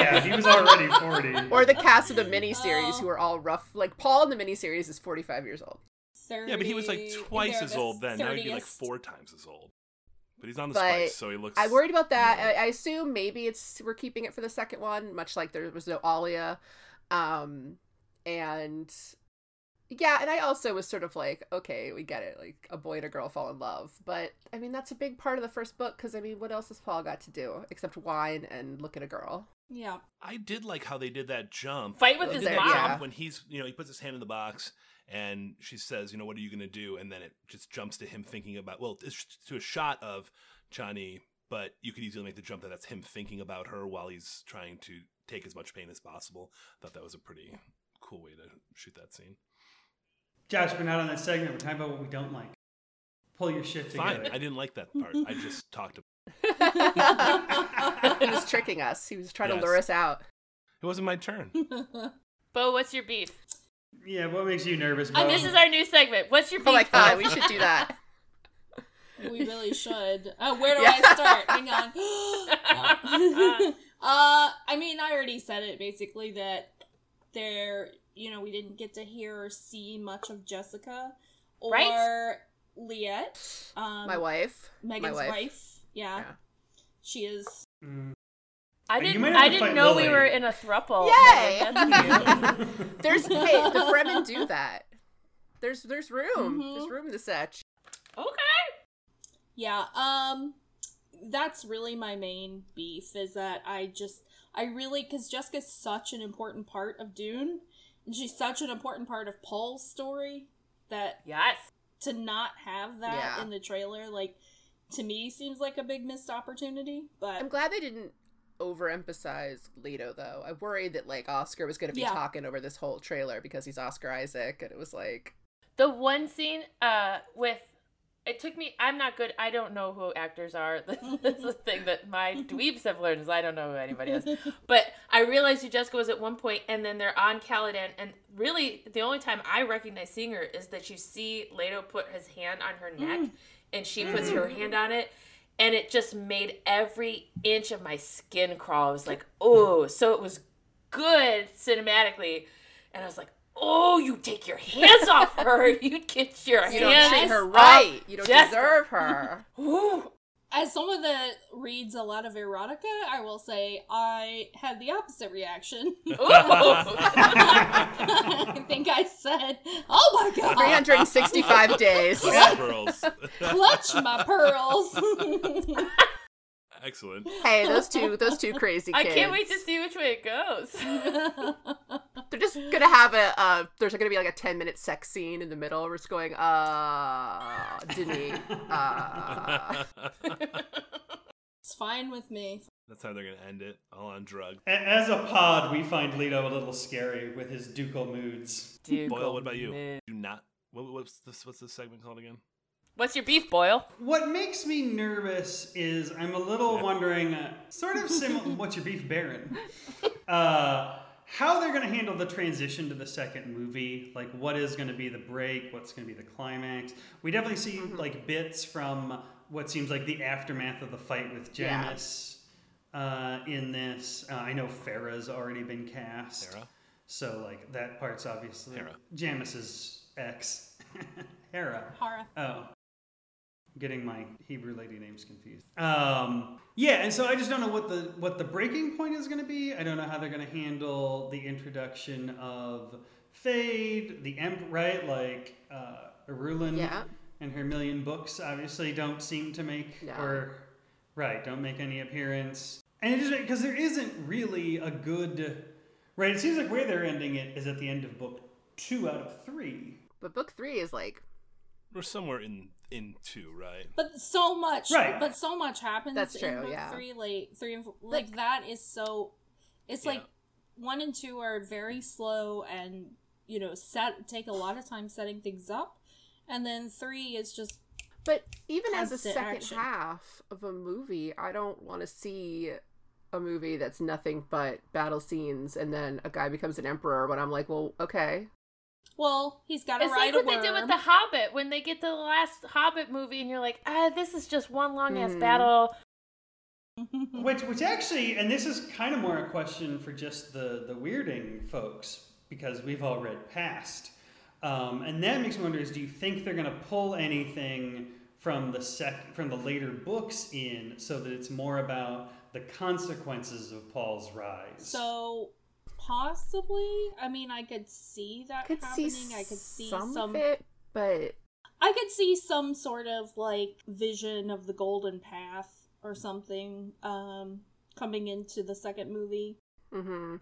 Speaker 1: Yeah, he was already 40.
Speaker 2: or the cast of the miniseries
Speaker 3: Oh.
Speaker 2: who are all rough. Like Paul in the miniseries is forty-five years old,
Speaker 3: 30,
Speaker 5: Yeah, but he was like twice
Speaker 3: they're
Speaker 5: as
Speaker 3: the
Speaker 5: old then. Now he'd be like
Speaker 3: 30th.
Speaker 5: four times as old. But he's on the
Speaker 2: But
Speaker 5: spikes, so he looks.
Speaker 2: I worried about that.
Speaker 5: Yeah.
Speaker 2: I, I assume maybe it's we're keeping it for the second one, much like there was no Alia, um, and yeah, and I also was sort of like, okay, we get it, like a boy and a girl fall in love, but I mean that's a big part of the first book because I mean, what else has Paul got to do except whine and look at a girl?
Speaker 3: Yeah.
Speaker 5: I did like how they did that jump.
Speaker 4: Fight with
Speaker 5: They
Speaker 4: his
Speaker 5: did that
Speaker 4: mom.
Speaker 2: Yeah.
Speaker 5: when he's, you know, he puts his hand in the box and she says, you know, what are you going to do? And then it just jumps to him thinking about, well, it's to a shot of Johnny, but you could easily make the jump that that's him thinking about her while he's trying to take as much pain as possible. thought that was a pretty cool way to shoot that scene.
Speaker 1: Josh, we're not on that segment. We're talking about what we don't like. Pull your shit together.
Speaker 5: Fine. I didn't like that part. I just talked about
Speaker 2: He was tricking us. He was trying
Speaker 5: Yes.
Speaker 2: to lure us out.
Speaker 5: it. wasn't my turn.
Speaker 4: Bo, what's your beef?
Speaker 1: Yeah, what makes you nervous?
Speaker 5: Um,
Speaker 4: And
Speaker 1: Bo?
Speaker 4: this is our new segment. What's your beef?
Speaker 2: Oh my god,
Speaker 4: Bo?
Speaker 2: we should do that.
Speaker 3: we really should. Uh, where do
Speaker 2: Yeah.
Speaker 3: I start? Hang on. No. uh, I mean, I already said it basically that there, you know, we didn't get to hear or see much of Jessica or
Speaker 4: Right.
Speaker 3: Liette, um,
Speaker 2: my wife,
Speaker 3: Megan's
Speaker 2: my wife.
Speaker 3: Yeah.
Speaker 2: Yeah.
Speaker 3: she is.
Speaker 1: Mm.
Speaker 4: I
Speaker 1: You
Speaker 4: didn't.
Speaker 1: might have
Speaker 4: I
Speaker 1: to fight
Speaker 4: didn't know we
Speaker 1: Lily.
Speaker 4: were in a thruple.
Speaker 2: Yay!
Speaker 4: Megan, that's new.
Speaker 2: There's hey, the Fremen do that. There's there's room.
Speaker 3: Mhm.
Speaker 4: Mm-hmm.
Speaker 2: There's room to such.
Speaker 4: okay.
Speaker 3: Yeah, um that's really my main beef is that I just I really cuz Jessica's such an important part of Dune and she's such an important part of Paul's story that
Speaker 4: Yes.
Speaker 3: to not have that
Speaker 2: Yeah.
Speaker 3: in the trailer like to me seems like a big missed opportunity,
Speaker 2: I'm
Speaker 3: but
Speaker 2: glad they didn't overemphasize Leto though. I worried that like Oscar was gonna be
Speaker 3: Yeah.
Speaker 2: talking over this whole trailer because he's Oscar Isaac and it was like
Speaker 4: The one scene uh with it took me I'm not good I don't know who actors are. This is the thing that my dweebs have learned is I don't know who anybody is. But I realized who Jessica was at one point and then they're on Caladan and really the only time I recognize seeing her is that you see Leto put his hand on her neck
Speaker 2: Mm.
Speaker 4: and she puts her hand on it and it just made every inch of my skin crawl. I was like, oh, so it was good cinematically. And I was like, oh, you take your hands off her. You get your
Speaker 2: you don't
Speaker 4: hands
Speaker 2: treat her
Speaker 4: off
Speaker 2: right. You don't
Speaker 4: Jessica."
Speaker 2: deserve her.
Speaker 4: Ooh.
Speaker 3: as someone that reads a lot of erotica, I will say I had the opposite reaction. I think I said, "Oh my god."
Speaker 2: 365 days.
Speaker 5: Clutch pearls.
Speaker 3: clutch my pearls.
Speaker 5: Excellent.
Speaker 2: Hey, those two those two crazy
Speaker 4: I
Speaker 2: kids.
Speaker 4: can't wait to see which way it goes.
Speaker 2: They're just gonna have a uh, there's gonna be like a ten minute sex scene in the middle where it's going, uh Denis.
Speaker 3: Ah.
Speaker 2: Uh
Speaker 3: it's fine with me.
Speaker 5: That's how they're gonna end it. All on drugs.
Speaker 1: A- As a pod, we find Leto a little scary with his ducal moods.
Speaker 4: Dude,
Speaker 5: Boyle, what about you? Do not. What, what's this? What's this segment called again?
Speaker 4: What's your beef, Boyle?
Speaker 1: What makes me nervous is I'm a little wondering, uh, sort of similar, what's your beef, Baron? Uh, how they're going to handle the transition to the second movie. Like, what is going to be the break? What's going to be the climax? We definitely see, like, bits from what seems like the aftermath of the fight with
Speaker 2: Yeah.
Speaker 1: Janice uh, in this. Uh, I know Farah's already been cast.
Speaker 5: Sarah.
Speaker 1: So like that part's obviously
Speaker 5: Hera.
Speaker 1: Jamis's ex, Hera.
Speaker 3: Hara.
Speaker 1: Oh, getting my Hebrew lady names confused. Um, yeah, and so I just don't know what the what the breaking point is going to be. I don't know how they're going to handle the introduction of Fade, the Emp, right? Like uh, Arulin
Speaker 2: Yeah.
Speaker 1: and her million books obviously don't seem to make
Speaker 2: No.
Speaker 1: or right don't make any appearance. And it is because there isn't really a good right. It seems like where they're ending it is at the end of book two out of three.
Speaker 2: But book three is like
Speaker 5: We're somewhere in in two, right?
Speaker 3: But so much,
Speaker 1: Right.
Speaker 3: But so much happens.
Speaker 2: That's
Speaker 3: In
Speaker 2: true,
Speaker 3: book
Speaker 2: yeah.
Speaker 3: Three, like three, and four, like that is so. It's
Speaker 5: Yeah.
Speaker 3: like one and two are very slow and you know set take a lot of time setting things up, and then three is just
Speaker 2: But even as a
Speaker 3: Constant
Speaker 2: second
Speaker 3: action.
Speaker 2: half of a movie, I don't want to see a movie that's nothing but battle scenes and then a guy becomes an emperor when I'm like, well, okay.
Speaker 3: well he's got to
Speaker 4: It's like
Speaker 3: ride
Speaker 4: what
Speaker 3: a worm.
Speaker 4: they did with the Hobbit when they get to the last Hobbit movie, and you're like, ah, this is just one long ass
Speaker 3: Hmm.
Speaker 2: Mhm.
Speaker 4: battle.
Speaker 1: Which, which actually, and this is kind of more a question for just the the weirding folks because we've all read past, um, and that makes me wonder: is do you think they're going to pull anything from the sec from the later books in so that it's more about the consequences of Paul's rise?
Speaker 3: so possibly, I mean, I could see
Speaker 2: I
Speaker 3: that
Speaker 2: could
Speaker 3: happening.
Speaker 2: see
Speaker 3: I could see
Speaker 2: some,
Speaker 3: some
Speaker 2: of it, but
Speaker 3: I could see some sort of like vision of the golden path or something um coming into the second movie.
Speaker 2: hmm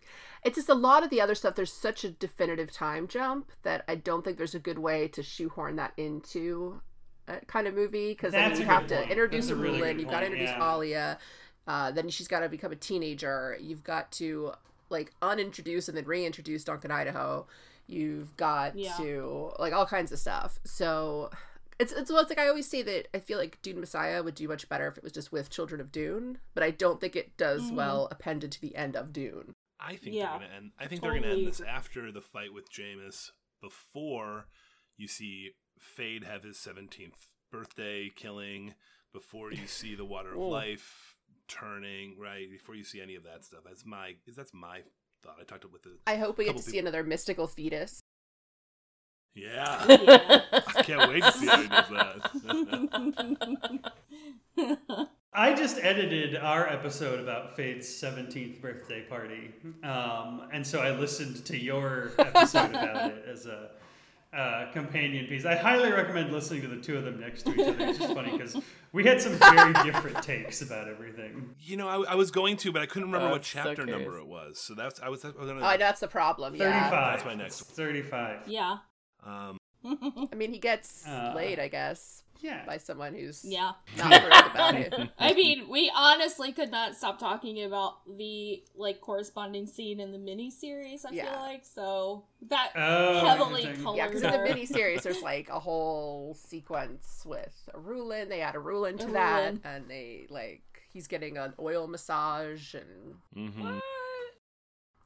Speaker 2: it's just a lot of the other stuff. There's such a definitive time jump that I don't think there's a good way to shoehorn that into a kind of movie because I mean,
Speaker 1: That's a
Speaker 2: you
Speaker 1: good
Speaker 2: have to
Speaker 1: point.
Speaker 2: introduce
Speaker 1: That's a really
Speaker 2: Rulin,
Speaker 1: good
Speaker 2: you've got to
Speaker 1: point,
Speaker 2: introduce
Speaker 1: yeah.
Speaker 2: Alia, uh, then she's got to become a teenager. You've got to like unintroduce and then reintroduce Duncan Idaho. You've got
Speaker 3: Yeah.
Speaker 2: to like all kinds of stuff. So it's it's well, it's like I always say that I feel like Dune Messiah would do much better if it was just with Children of Dune, but I don't think it does
Speaker 3: Mhm.
Speaker 2: well appended to the end of Dune.
Speaker 5: I think
Speaker 3: Yeah.
Speaker 5: they're gonna end. I think they're gonna
Speaker 3: Totally
Speaker 5: end this
Speaker 3: agree.
Speaker 5: after the fight with Jameis, before you see Fade have his seventeenth birthday killing, before you see the Water of
Speaker 1: Whoa.
Speaker 5: Life turning, right? Before you see any of that stuff. That's my that's my thought. I talked with the
Speaker 2: I hope we get to
Speaker 5: couple
Speaker 2: see
Speaker 5: people-
Speaker 2: another mystical fetus.
Speaker 5: yeah.
Speaker 3: Yeah.
Speaker 5: I can't wait to see how he does that.
Speaker 1: I just edited our episode about Fade's 17th birthday party. Um, and so I listened to your episode about it as a uh, companion piece. I highly recommend listening to the two of them next to each other. It's just funny because we had some very different takes about everything.
Speaker 5: you know, I, I was going to, but I couldn't remember
Speaker 2: Oh,
Speaker 5: what
Speaker 2: I'm so
Speaker 5: chapter number
Speaker 2: curious.
Speaker 5: it was. So that's I was. I was gonna,
Speaker 2: Oh, that's the problem. Yeah.
Speaker 1: 35.
Speaker 5: That's my next
Speaker 1: It's 35.
Speaker 3: yeah.
Speaker 5: um,
Speaker 2: I mean, he gets
Speaker 1: Uh.
Speaker 2: laid, I guess,
Speaker 1: Yeah.
Speaker 2: by someone who's
Speaker 3: yeah.
Speaker 2: not thrilled about it.
Speaker 3: I mean, we honestly could not stop talking about the like corresponding scene in the miniseries, I
Speaker 2: Yeah.
Speaker 3: feel like. So that
Speaker 1: Oh,
Speaker 3: heavily
Speaker 1: interesting.
Speaker 3: colored
Speaker 2: Yeah, because in the
Speaker 3: our-
Speaker 2: mini series, there's like a whole sequence with a Rulin. They add a Rulin to
Speaker 3: A
Speaker 2: that,
Speaker 3: Rulin.
Speaker 2: and they like he's getting an oil massage, and
Speaker 5: mhm.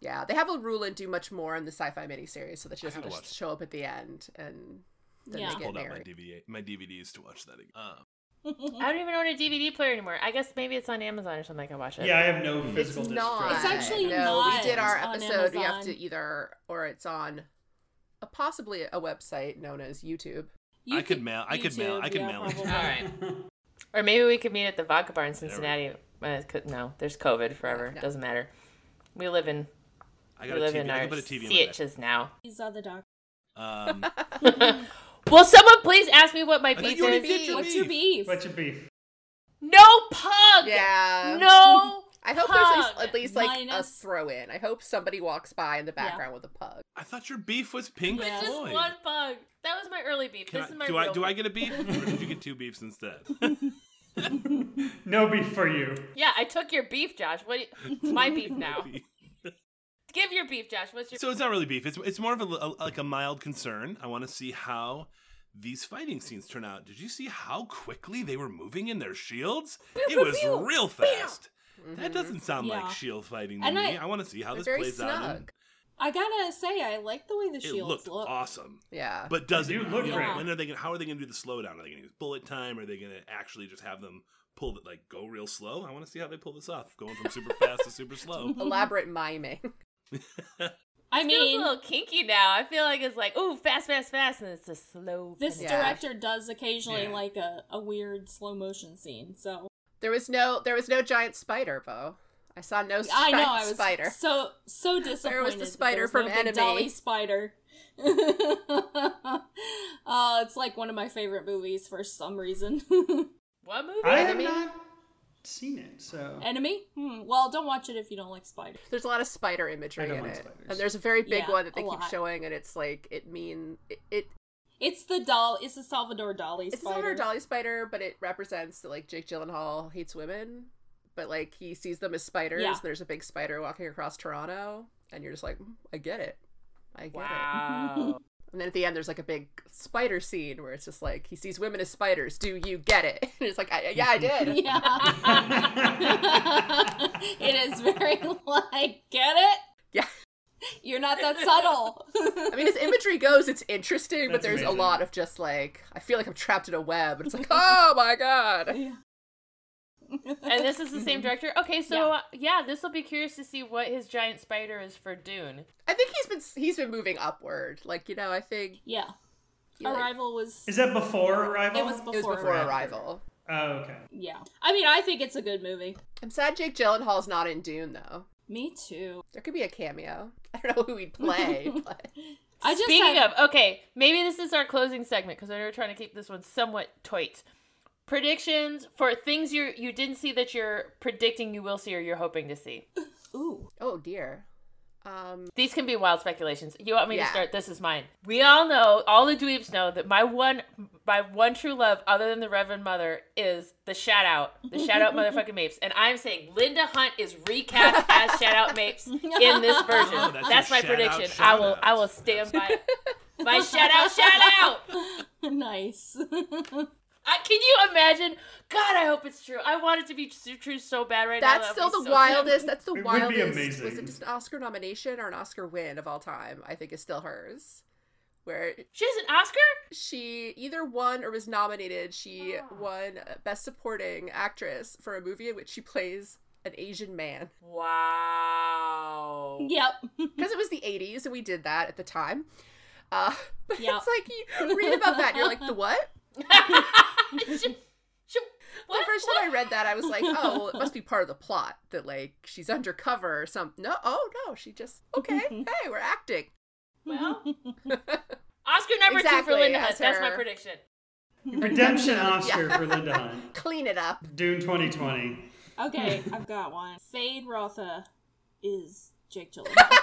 Speaker 2: yeah, they have a Rulin do much more in the sci-fi miniseries, so that she
Speaker 5: I
Speaker 2: doesn't
Speaker 5: gotta
Speaker 2: just
Speaker 5: watch it.
Speaker 2: show up at the end. And Then
Speaker 3: Yeah.
Speaker 2: they get
Speaker 5: pulled out my
Speaker 2: married.
Speaker 5: DVD, my DVDs to watch that again. Um,
Speaker 4: I don't even own a DVD player anymore. I guess maybe it's on Amazon or something. I can watch it.
Speaker 1: Yeah, I have no physical
Speaker 2: it's
Speaker 1: disc
Speaker 2: not.
Speaker 1: drive.
Speaker 3: It's actually
Speaker 2: no,
Speaker 3: not
Speaker 2: We did our
Speaker 3: on
Speaker 2: episode. We have
Speaker 3: Amazon.
Speaker 2: to either, or it's on a possibly a website known as YouTube.
Speaker 3: You
Speaker 5: I could mail- I could mail- I could mail it.
Speaker 4: All
Speaker 3: probably.
Speaker 4: right. Or maybe we could meet at the vodka bar in
Speaker 5: we go.
Speaker 4: Cincinnati. Uh, co- no, there's COVID forever.
Speaker 2: No.
Speaker 4: Doesn't matter. We live in
Speaker 5: I
Speaker 4: we
Speaker 5: got a
Speaker 4: live
Speaker 5: TV.
Speaker 4: in
Speaker 5: I
Speaker 4: our
Speaker 5: can put a TV in my bag.
Speaker 4: CHs now.
Speaker 3: These other doctors.
Speaker 5: Um,
Speaker 4: Will someone please ask me what my
Speaker 5: I thought
Speaker 4: beef
Speaker 5: you already
Speaker 4: is?
Speaker 5: did your
Speaker 3: What's your
Speaker 5: beef.
Speaker 3: beef?
Speaker 1: What's your beef?
Speaker 4: No pug.
Speaker 2: Yeah.
Speaker 4: No.
Speaker 2: I hope there's at
Speaker 4: Pug.
Speaker 2: least, at least like a
Speaker 3: Minus-
Speaker 2: throw in. I hope somebody walks by in the background with a pug.
Speaker 5: I thought your beef was Pink
Speaker 3: Yeah.
Speaker 4: Just
Speaker 5: Floyd.
Speaker 4: one pug. That was my early beef.
Speaker 5: Can
Speaker 4: this
Speaker 5: I-
Speaker 4: is my
Speaker 5: do
Speaker 4: real
Speaker 5: I do I
Speaker 4: beef.
Speaker 5: get a beef? or did you get two beefs instead?
Speaker 1: No beef for you.
Speaker 4: Yeah, I took your beef, Josh. What? do you- my beef now. Give your beef, Josh. What's your?
Speaker 5: so it's not really beef. It's it's more of a, a- like a mild concern. I want to see how these fighting scenes turn out. Did you see how quickly they were moving in their shields? it
Speaker 4: pew,
Speaker 5: was
Speaker 4: pew.
Speaker 5: real fast. That
Speaker 2: Mhm.
Speaker 5: doesn't sound
Speaker 3: Yeah.
Speaker 5: like shield fighting to
Speaker 3: And
Speaker 5: me. I,
Speaker 3: I-
Speaker 5: want to see how
Speaker 2: They're
Speaker 5: this
Speaker 2: very
Speaker 5: plays out. in-
Speaker 2: snug.
Speaker 3: I gotta say, I like the way the
Speaker 5: It
Speaker 3: shields
Speaker 5: looked
Speaker 3: look.
Speaker 5: awesome.
Speaker 2: Yeah.
Speaker 5: But does
Speaker 1: They
Speaker 5: it
Speaker 1: do look
Speaker 5: you know,
Speaker 3: great.
Speaker 5: When are they gonna? How are they gonna do the slowdown? Are they gonna use bullet time? Are they gonna actually just have them pull it like go real slow? I want to see how they pull this off, going from super fast to super slow.
Speaker 2: Elaborate miming.
Speaker 4: I
Speaker 8: I
Speaker 4: mean,
Speaker 8: mean-
Speaker 4: a little kinky now. I feel like it's like, ooh, fast, fast, fast, and it's a slow.
Speaker 3: This
Speaker 2: Yeah.
Speaker 3: director does occasionally
Speaker 1: Yeah.
Speaker 3: like a, a weird slow motion scene. So
Speaker 2: There was no there was no giant spider, Bo. I saw no
Speaker 3: I know I was
Speaker 2: spider.
Speaker 3: so so disappointed.
Speaker 2: There was the
Speaker 3: that
Speaker 2: spider
Speaker 3: was
Speaker 2: from
Speaker 3: no big
Speaker 2: Enemy.
Speaker 3: Dolly Spider. uh, it's like one of my favorite movies for some reason.
Speaker 4: What movie?
Speaker 1: I have
Speaker 2: Enemy?
Speaker 1: not seen it, so
Speaker 3: Enemy? Hmm. Well, don't watch it if you don't like spiders.
Speaker 2: There's a lot of spider
Speaker 1: I
Speaker 2: imagery
Speaker 1: don't
Speaker 2: in
Speaker 1: like
Speaker 2: it,
Speaker 1: spiders.
Speaker 2: and there's a very big
Speaker 3: Yeah,
Speaker 2: one that
Speaker 3: a
Speaker 2: they keep
Speaker 3: lot.
Speaker 2: showing, and it's like it mean it. it
Speaker 3: It's the doll. It's the Salvador Dali
Speaker 2: it's not
Speaker 3: spider.
Speaker 2: a dolly spider, but it represents that like Jake Gyllenhaal hates women, but like he sees them as spiders.
Speaker 3: Yeah.
Speaker 2: And there's a big spider walking across Toronto, and you're just like, "Mm, I get it, I get it.
Speaker 4: Wow.
Speaker 2: And then at the end, there's like a big spider scene where it's just like he sees women as spiders. Do you get it? And it's like, I, yeah, I did.
Speaker 3: Yeah. it is very like, get it?
Speaker 2: Yeah.
Speaker 3: You're not that subtle.
Speaker 2: I mean, as imagery goes, it's interesting, but
Speaker 1: That's
Speaker 2: there's
Speaker 1: amazing.
Speaker 2: a lot of just like I feel like I'm trapped in a web, and it's like, oh my god.
Speaker 3: Yeah.
Speaker 4: and this is the same director. Okay, so uh, yeah, this will be curious to see what his giant spider is for Dune.
Speaker 2: I think he's been he's been moving upward. Like you know, I think
Speaker 3: yeah.
Speaker 2: he, like-
Speaker 3: Arrival was.
Speaker 1: is that before Arrival?
Speaker 3: It was before.
Speaker 2: it was before
Speaker 1: Arrival.
Speaker 2: Arrival.
Speaker 1: Oh, okay.
Speaker 3: Yeah. I mean, I think it's a good movie.
Speaker 2: I'm sad Jake Gyllenhaal's not in Dune though.
Speaker 3: Me too.
Speaker 2: There could be a cameo. I don't know who he'd play, but
Speaker 3: I just
Speaker 4: Speaking
Speaker 3: had-
Speaker 4: of, okay, maybe this is our closing segment because I know we're trying to keep this one somewhat tight. Predictions for things you you didn't see that you're predicting you will see or you're hoping to see.
Speaker 3: Ooh.
Speaker 2: oh dear. Um,
Speaker 4: These can be wild speculations. You want me to
Speaker 2: Yeah.
Speaker 4: start? This is mine. We all know, all the dweebs know that my one, my one true love, other than the Reverend Mother, is the shout out, the shout out motherfucking Mapes, and I'm saying Linda Hunt is recast as shout out Mapes in this version.
Speaker 5: Oh, that's
Speaker 4: that's my
Speaker 5: your shout-out
Speaker 4: prediction. I
Speaker 5: shout-out.
Speaker 4: will, I will stand by it. my shout out, shout out.
Speaker 3: nice.
Speaker 4: I, can you imagine? God, I hope it's true. I want it to be s- true so bad right now.
Speaker 2: that's
Speaker 4: That would
Speaker 2: still the
Speaker 4: be so
Speaker 2: wildest. That's the
Speaker 1: It would be
Speaker 2: wildest. Was
Speaker 1: amazing.
Speaker 2: it just an Oscar nomination or an Oscar win of all time? I think is still hers. Where
Speaker 4: sad. She has an Oscar.
Speaker 2: she either won or was nominated. She
Speaker 4: Ah.
Speaker 2: won Best Supporting Actress for a movie in which she plays an Asian man.
Speaker 4: Wow.
Speaker 3: yep.
Speaker 2: Because it was the 80s and we did that at the time. Uh, but
Speaker 3: Yeah.
Speaker 2: it's like you read about that and you're like, the what?
Speaker 4: She- she-
Speaker 2: The
Speaker 4: what?
Speaker 2: first
Speaker 4: What?
Speaker 2: time I read that, I was like, oh, well, it must be part of the plot that like she's undercover or something. No, oh no, she just, okay, hey, we're acting.
Speaker 4: Well, Oscar number two
Speaker 2: Exactly,
Speaker 4: for Linda Hunt.
Speaker 2: that's
Speaker 4: That's my
Speaker 2: her.
Speaker 4: prediction.
Speaker 1: Redemption Oscar for Linda Hunt.
Speaker 2: Clean it up.
Speaker 1: Dune 2020.
Speaker 3: Okay, I've got one. Fade Rotha is Jake Gyllenhaal.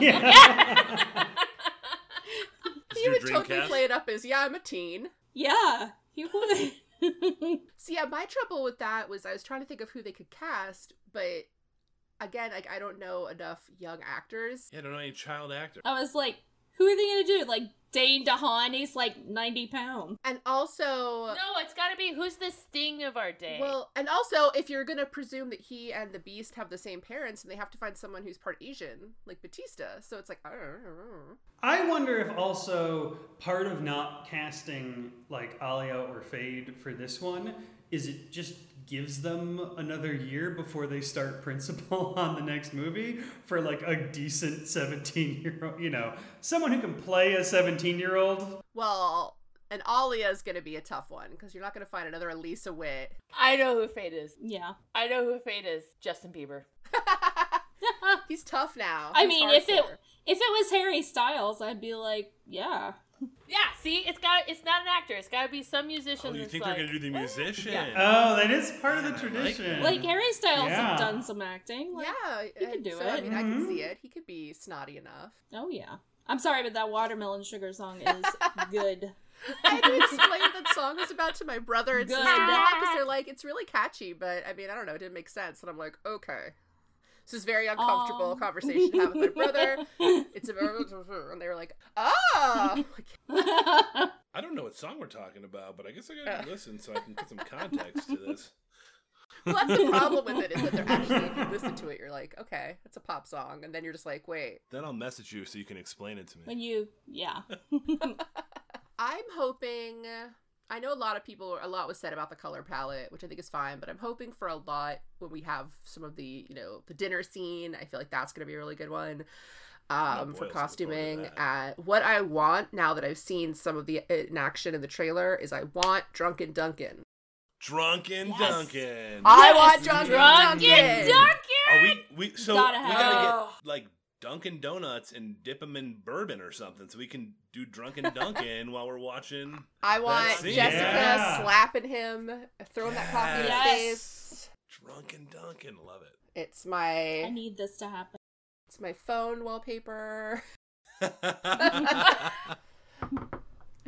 Speaker 1: yeah.
Speaker 5: This is
Speaker 2: You
Speaker 5: your
Speaker 2: would
Speaker 5: dream
Speaker 2: totally
Speaker 5: cast?
Speaker 2: play it up as, yeah, I'm a teen.
Speaker 3: yeah, he would.
Speaker 2: So yeah, my trouble with that was I was trying to think of who they could cast, but again, like I don't know enough young actors.
Speaker 5: Yeah, I don't know any child actor.
Speaker 3: I was like, who are they gonna do? Like Dane DeHaan, he's like ninety pounds.
Speaker 2: And also
Speaker 4: No, it's got to be who's the sting of our day.
Speaker 2: well, and also if you're going to presume that he and the beast have the same parents and they have to find someone who's part Asian, like Batista. So it's like I don't know.
Speaker 1: I wonder if also part of not casting like Alia or Fade for this one is it just gives them another year before they start principal on the next movie for like a decent 17 year old, you know, someone who can play a 17 year old.
Speaker 2: Well, and Alia is going to be a tough one cuz you're not going to find another Elisa Witt.
Speaker 4: I know who Fate is.
Speaker 3: Yeah.
Speaker 4: I know who Fate is. Justin Bieber.
Speaker 2: He's tough now.
Speaker 3: I
Speaker 2: He's
Speaker 3: mean, if it
Speaker 2: hardcore.
Speaker 3: if it was Harry Styles, I'd be like, yeah.
Speaker 4: Yeah, see, it's got it's not an actor. It's got to be some musician.
Speaker 5: Oh, you
Speaker 4: that's
Speaker 5: think
Speaker 4: like,
Speaker 5: they're gonna do the musician?
Speaker 1: Oh, that is part of the
Speaker 5: Yeah, I like
Speaker 1: tradition.
Speaker 3: Like Harry Styles
Speaker 1: Mm. Yeah.
Speaker 3: have done some acting. Like,
Speaker 2: yeah,
Speaker 3: he could
Speaker 2: and
Speaker 3: do
Speaker 2: so, I
Speaker 3: it.
Speaker 2: mean, I can
Speaker 1: Mhm.
Speaker 2: see it. He could be snotty enough.
Speaker 3: Oh yeah. I'm sorry, but that watermelon sugar song is good.
Speaker 2: I had to explain what that song was about to my brother and
Speaker 3: Good.
Speaker 2: sister in law because they're like, it's really catchy, but I mean, I don't know, it didn't make sense. And I'm like, okay. This is very uncomfortable
Speaker 3: Um.
Speaker 2: conversation to have with my brother. It's a and they were like, oh, I'm like,
Speaker 5: I don't know what song we're talking about, but I guess I gotta
Speaker 2: Uh.
Speaker 5: listen so I can put some context to this.
Speaker 2: well, that's the problem with it is that they're actually, if you listen to it, you're like, okay, it's a pop song, and then you're just like, wait.
Speaker 5: Then I'll message you so you can explain it to me.
Speaker 3: when you, yeah.
Speaker 2: I'm hoping I know a lot of people, a lot was said about the color palette, which I think is fine, but I'm hoping for a lot when we have some of the, you know, the dinner scene. I feel like that's going to be a really good one um, for
Speaker 5: boy, I was looking forward to
Speaker 2: costuming.
Speaker 5: that.
Speaker 2: Uh, what I want now that I've seen some of the uh, in action in the trailer is I want Drunken Duncan.
Speaker 5: Drunken
Speaker 3: Yes.
Speaker 5: Duncan.
Speaker 2: I
Speaker 3: Yes,
Speaker 2: want Drunken
Speaker 4: Drunken
Speaker 2: Duncan.
Speaker 5: Are we, we so
Speaker 3: Gotta
Speaker 5: we
Speaker 3: have
Speaker 5: gotta
Speaker 4: it.
Speaker 5: get like Dunkin' Donuts and dip them in bourbon or something, so we can do Drunken Duncan while we're watching
Speaker 2: I want
Speaker 5: That's
Speaker 2: Jessica
Speaker 5: it.
Speaker 1: Yeah.
Speaker 2: slapping him, throwing that coffee in
Speaker 4: Yes.
Speaker 2: his face.
Speaker 5: Drunken Duncan. Love
Speaker 2: It's my
Speaker 3: I need this to happen.
Speaker 2: it's my phone wallpaper.
Speaker 5: it.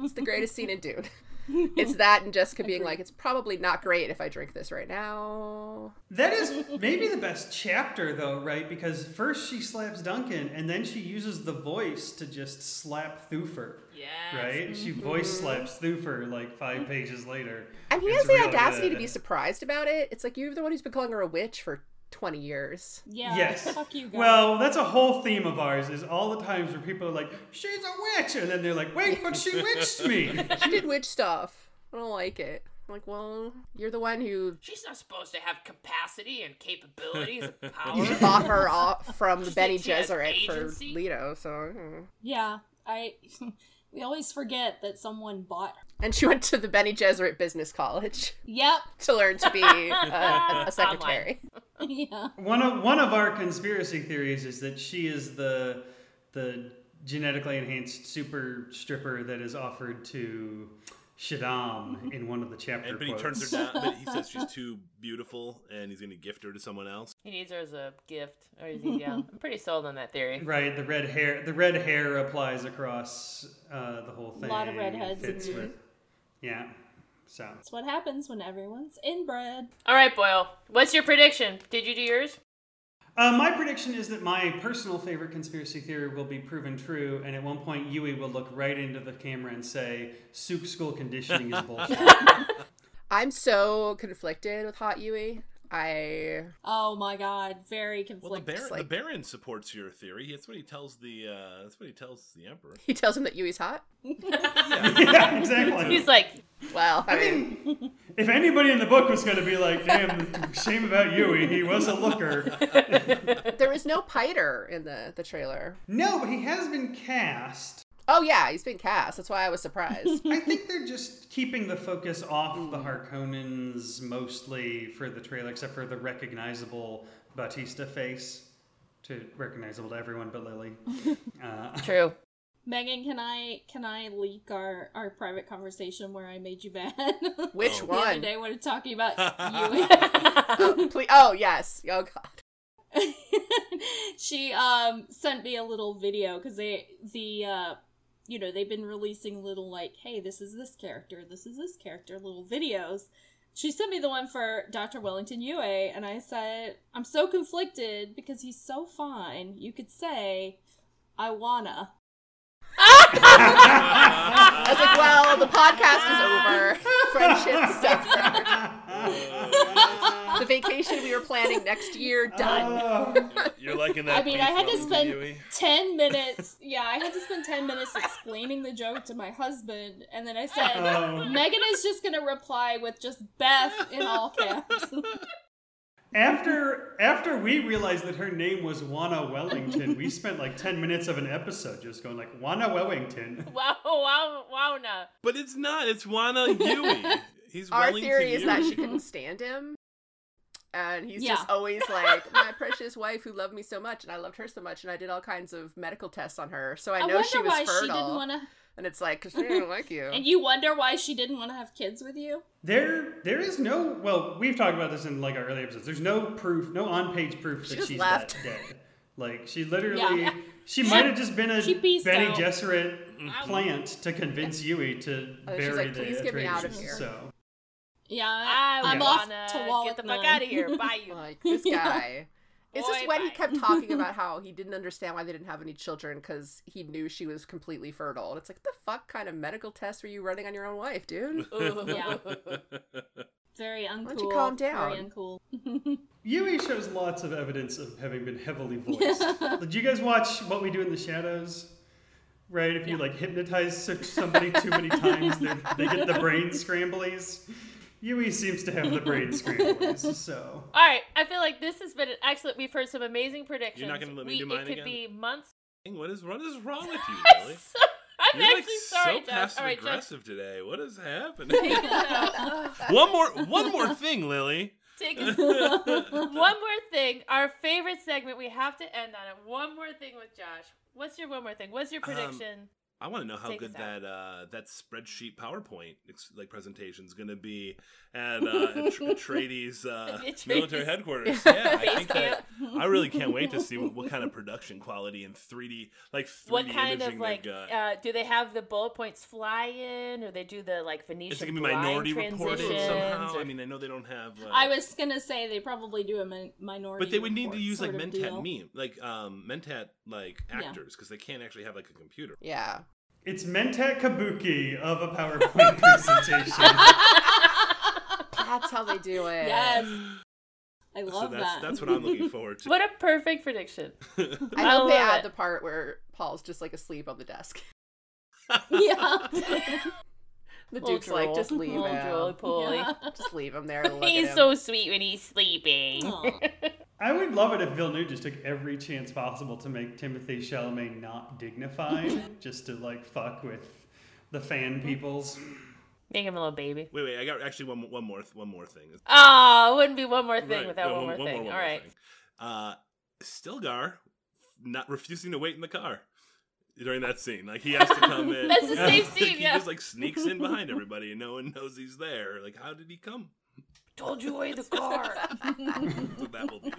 Speaker 2: It's the greatest scene in Dune. It's that and Jessica being like, it's probably not great if I drink this right now.
Speaker 1: That is maybe the best chapter, though, right? Because first she slaps Duncan, and then she uses the voice to just slap Thufir,
Speaker 4: Yeah.
Speaker 1: right? She
Speaker 3: Mm-hmm.
Speaker 1: voice slaps Thufir like five pages later.
Speaker 2: And he
Speaker 1: It's
Speaker 2: has the
Speaker 1: really
Speaker 2: audacity to
Speaker 1: good.
Speaker 2: be surprised about it. It's like you're the one who's been calling her a witch for 20 years.
Speaker 3: Yeah.
Speaker 1: Yes.
Speaker 3: Fuck you guys.
Speaker 1: Well, that's a whole theme of ours is all the times where people are like, she's a witch, and then they're like, wait, but she witched me.
Speaker 2: She did witch stuff. I don't like it. I'm like, well, you're the one who
Speaker 4: She's not supposed to have capacity and capabilities and power.
Speaker 2: bought her off from the
Speaker 4: She
Speaker 2: Benny
Speaker 4: thinks she has
Speaker 2: Gesserit for
Speaker 4: agency?
Speaker 2: Leto, so. mm.
Speaker 3: Yeah. I. we always forget that someone bought. Her.
Speaker 2: And she went to the Benny Gesserit Business College
Speaker 3: Yep.
Speaker 2: to learn to be uh, a, a secretary.
Speaker 3: yeah.
Speaker 1: One of one of our conspiracy theories is that she is the the genetically enhanced super stripper that is offered to Shaddam in one of the chapter
Speaker 5: and, but he
Speaker 1: quotes.
Speaker 5: Mm-hmm. turns her down. But he says she's too beautiful, and he's going to gift her to someone else.
Speaker 4: He needs her as a gift, or is he down? I'm pretty sold on that theory.
Speaker 1: Right, the red hair. The red hair applies across uh, the whole thing.
Speaker 3: Lot of
Speaker 1: It
Speaker 3: redheads in
Speaker 1: fits
Speaker 3: here.
Speaker 1: with- yeah. So
Speaker 3: That's what happens when everyone's inbred.
Speaker 4: All right, Boyle. What's your prediction? Did you do yours?
Speaker 1: uh, my prediction is that my personal favorite conspiracy theory will be proven true, and at one point Yui will look right into the camera and say, "Soup school conditioning is bullshit."
Speaker 2: I'm so conflicted with Hot Yui. I
Speaker 3: Oh my god. Very
Speaker 5: Well, the
Speaker 3: conflicted.
Speaker 5: Baron, the
Speaker 2: like-
Speaker 5: Baron supports your theory. That's what he tells the. Uh, that's what he tells the Emperor.
Speaker 2: he tells him that Yui's hot.
Speaker 1: yeah, exactly.
Speaker 4: He's like,
Speaker 2: Well, I,
Speaker 1: I
Speaker 2: mean,
Speaker 1: mean, if anybody in the book was going to be like, damn, shame about Yui, he was a looker.
Speaker 2: there is no Piter in the the trailer.
Speaker 1: No, but he has been cast.
Speaker 2: Oh yeah, he's been cast. That's why I was surprised.
Speaker 1: I think they're just keeping the focus off the Harkonnens mostly for the trailer, except for the recognizable Batista face. To recognizable to everyone but Lily. Uh,
Speaker 4: true.
Speaker 3: Megan, can I can I leak our our private conversation where I made you bad?
Speaker 2: Which
Speaker 3: the other
Speaker 2: one?
Speaker 3: day when we were talking about you.
Speaker 2: Ple- oh yes. Oh god.
Speaker 3: she um sent me a little video because they the uh you know they've been releasing little like hey this is this character this is this character little videos she sent me the one for dr wellington ua and i said i'm so conflicted because he's so fine you could say i wanna
Speaker 2: I was like, well, the podcast is over. Friendship suffer. The vacation we were planning next year done.
Speaker 1: Oh.
Speaker 5: You're liking that.
Speaker 3: I mean,
Speaker 5: beef
Speaker 3: I had to
Speaker 5: roast,
Speaker 3: spend
Speaker 5: Yui?
Speaker 3: 10 minutes yeah i had to spend 10 minutes explaining the joke to my husband and then i said
Speaker 1: Oh.
Speaker 3: megan is just gonna reply with just beth in all caps
Speaker 1: After after we realized that her name was Juana Wellington, we spent like ten minutes of an episode just going like Juana Wellington.
Speaker 4: Wow, wow, wow, no.
Speaker 3: Uh,
Speaker 5: But it's not. It's Wana Yui. He's
Speaker 2: Our
Speaker 5: Wellington
Speaker 2: theory is that
Speaker 5: Yui.
Speaker 2: she couldn't stand him. And he's
Speaker 3: Yeah.
Speaker 2: just always like, my precious wife who loved me so much, and I loved her so much, and I did all kinds of medical tests on her. So I know
Speaker 3: wonder
Speaker 2: she was
Speaker 3: why
Speaker 2: fertile. Oh.
Speaker 3: she didn't want to.
Speaker 2: And it's like, because she didn't like you.
Speaker 3: And you wonder why she didn't want to have kids with you.
Speaker 1: There there is no well, we've talked about this in like our early episodes. There's no proof, no on page proof
Speaker 2: She
Speaker 1: that
Speaker 2: just
Speaker 1: she's
Speaker 2: left.
Speaker 1: that dead. Like she literally
Speaker 3: Yeah.
Speaker 1: she might have just been a
Speaker 3: She peaced
Speaker 1: Benny
Speaker 3: out.
Speaker 1: Gesserit plant to convince Yui to
Speaker 2: Oh,
Speaker 1: bury
Speaker 2: she's like,
Speaker 1: the
Speaker 2: "Please get me out of
Speaker 1: Atreides,"
Speaker 2: here.
Speaker 1: So
Speaker 3: Yeah,
Speaker 4: I
Speaker 3: I'm off
Speaker 4: wanna
Speaker 3: to Wallach
Speaker 4: get the fuck
Speaker 3: Nine.
Speaker 4: out of here. Bye, you.
Speaker 2: like, this guy. It's just
Speaker 4: Boy,
Speaker 2: when he
Speaker 4: bye.
Speaker 2: kept talking about how he didn't understand why they didn't have any children because he knew she was completely fertile. And it's like, the fuck kind of medical tests were you running on your own wife, dude?
Speaker 3: Yeah. Very uncool.
Speaker 2: don't you calm
Speaker 3: Very
Speaker 2: down?
Speaker 3: uncool.
Speaker 1: Yui shows lots of evidence of having been heavily voiced. Did you guys watch What We Do in the Shadows? right? If you like hypnotize so- somebody too many times, they're- they get the brain scramblies. Yui seems to have the brain scramblies, so
Speaker 4: All right, I feel like this has been an excellent. We've heard some amazing predictions.
Speaker 5: gonna let me
Speaker 4: We-
Speaker 5: do mine
Speaker 4: It could
Speaker 5: again?
Speaker 4: be months.
Speaker 5: What is what is wrong with you,
Speaker 4: I'm,
Speaker 5: Lily?
Speaker 4: so- I'm
Speaker 5: You're
Speaker 4: actually
Speaker 5: like
Speaker 4: sorry,
Speaker 5: so
Speaker 4: Josh.
Speaker 5: passive
Speaker 4: All right, Josh,
Speaker 5: aggressive today. What is happening?
Speaker 4: take us out.
Speaker 5: one more one more thing, Lily.
Speaker 4: Take us. One more thing, our favorite segment. We have to end on it. One more thing with Josh. What's your one more thing? What's your
Speaker 5: Um,
Speaker 4: prediction?
Speaker 5: I want to know how
Speaker 4: Take
Speaker 5: good
Speaker 4: us out.
Speaker 5: that uh, that spreadsheet PowerPoint ex- like presentation is going to be at uh, at Tr- Atreides, uh,
Speaker 4: Atreides.
Speaker 5: military headquarters. Yeah, I
Speaker 4: Base
Speaker 5: think that,
Speaker 4: camp.
Speaker 5: I really can't wait to see what, what kind of production quality and 3D like 3D
Speaker 4: what kind
Speaker 5: imaging
Speaker 4: of like?
Speaker 5: they've got.
Speaker 4: Uh, do they have the bullet points fly in, or they do the like Venetian?
Speaker 5: is it gonna be
Speaker 4: blind
Speaker 5: minority reported
Speaker 4: transitions,
Speaker 5: somehow?
Speaker 4: or-
Speaker 5: I mean, I know they don't have. Uh,
Speaker 3: I was gonna say they probably do a min- minority,
Speaker 5: but they would need to
Speaker 3: report
Speaker 5: use like
Speaker 3: sort of
Speaker 5: Mentat
Speaker 3: deal.
Speaker 5: meme, like um, Mentat like
Speaker 3: Yeah.
Speaker 5: actors, because they can't actually have like a computer.
Speaker 2: Yeah.
Speaker 1: it's Mentat Kabuki of a PowerPoint presentation.
Speaker 2: That's how they do it.
Speaker 3: Yes, I
Speaker 5: So
Speaker 3: love
Speaker 5: that's
Speaker 3: that.
Speaker 5: that's what I'm looking forward to.
Speaker 4: what a perfect prediction.
Speaker 2: I
Speaker 4: I
Speaker 2: hope they
Speaker 4: love
Speaker 2: add
Speaker 4: it.
Speaker 2: the part where Paul's just like asleep on the desk.
Speaker 3: yeah.
Speaker 2: The
Speaker 4: Little
Speaker 2: Duke's like,
Speaker 4: drool.
Speaker 2: just leave
Speaker 4: Little drool,
Speaker 2: him.
Speaker 4: pulley.
Speaker 2: Just leave him there. Look
Speaker 4: He's
Speaker 2: at him.
Speaker 4: so sweet when he's sleeping.
Speaker 3: Aw.
Speaker 1: I would love it if Villeneuve just took every chance possible to make Timothy Chalamet not dignified, just to like fuck with the fan peoples.
Speaker 4: Make him a little baby.
Speaker 5: Wait, wait. I got actually one, one more, one more thing.
Speaker 4: Oh, it wouldn't be one more thing
Speaker 5: Right,
Speaker 4: without
Speaker 5: yeah,
Speaker 4: one, more thing. All right.
Speaker 5: thing. Uh, Stilgar not refusing to wait in the car during that scene. Like he has to come in.
Speaker 4: That's the same
Speaker 5: Like,
Speaker 4: scene,
Speaker 5: he
Speaker 4: yeah.
Speaker 5: just like sneaks in behind everybody, and no one knows he's there. Like how did he come?
Speaker 4: Told you away the car.
Speaker 5: So that will be.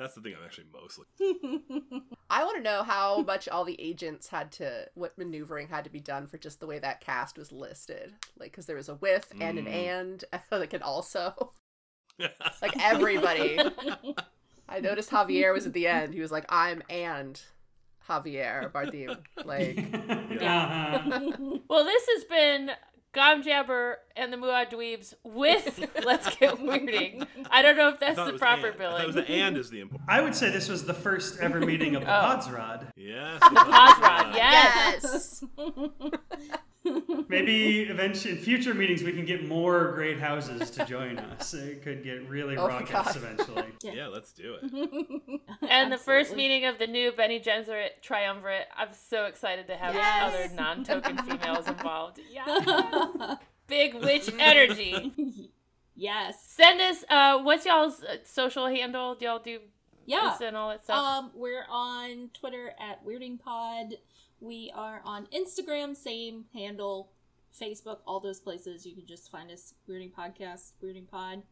Speaker 5: That's the thing I'm actually most looking.
Speaker 2: I want to know how much all the agents had to, what maneuvering had to be done for just the way that cast was listed. Like, because there was a with and an
Speaker 5: Mm.
Speaker 2: and, like an also. Like, everybody. I noticed Javier was at the end. He was like, I'm and Javier Bardem. Like,
Speaker 1: Uh-huh.
Speaker 4: well, this has been Gom Jabber and the Muad Dweebs with Let's Get Weirding. I don't know if
Speaker 5: I
Speaker 4: that's
Speaker 5: thought it
Speaker 4: the
Speaker 5: was
Speaker 4: proper
Speaker 5: and. I thought
Speaker 4: billing.
Speaker 5: it was the and is the important.
Speaker 1: I would say this was the first ever meeting of the
Speaker 4: Oh.
Speaker 1: Podsrod.
Speaker 5: Yes.
Speaker 4: Osrod, yes.
Speaker 2: yes!
Speaker 1: Maybe eventually in future meetings we can get more great houses to join us. It could get really
Speaker 2: Oh my
Speaker 1: raucous
Speaker 2: God.
Speaker 1: eventually.
Speaker 5: Yeah, let's do it.
Speaker 3: Mm-hmm.
Speaker 4: And the first
Speaker 3: Absolutely.
Speaker 4: meeting of the new Benny Genzer triumvirate. I'm so excited to have
Speaker 3: Yes.
Speaker 4: other non token females involved. Yeah. Big witch energy.
Speaker 3: yes.
Speaker 4: Send us, uh, what's y'all's uh, social handle? Do y'all do
Speaker 3: Yeah.
Speaker 4: this and all that stuff?
Speaker 3: Um, we're on Twitter at Weirding Pod. We are on Instagram, same handle, Facebook, all those places. You can just find us Weirding Podcast, Weirding Pod.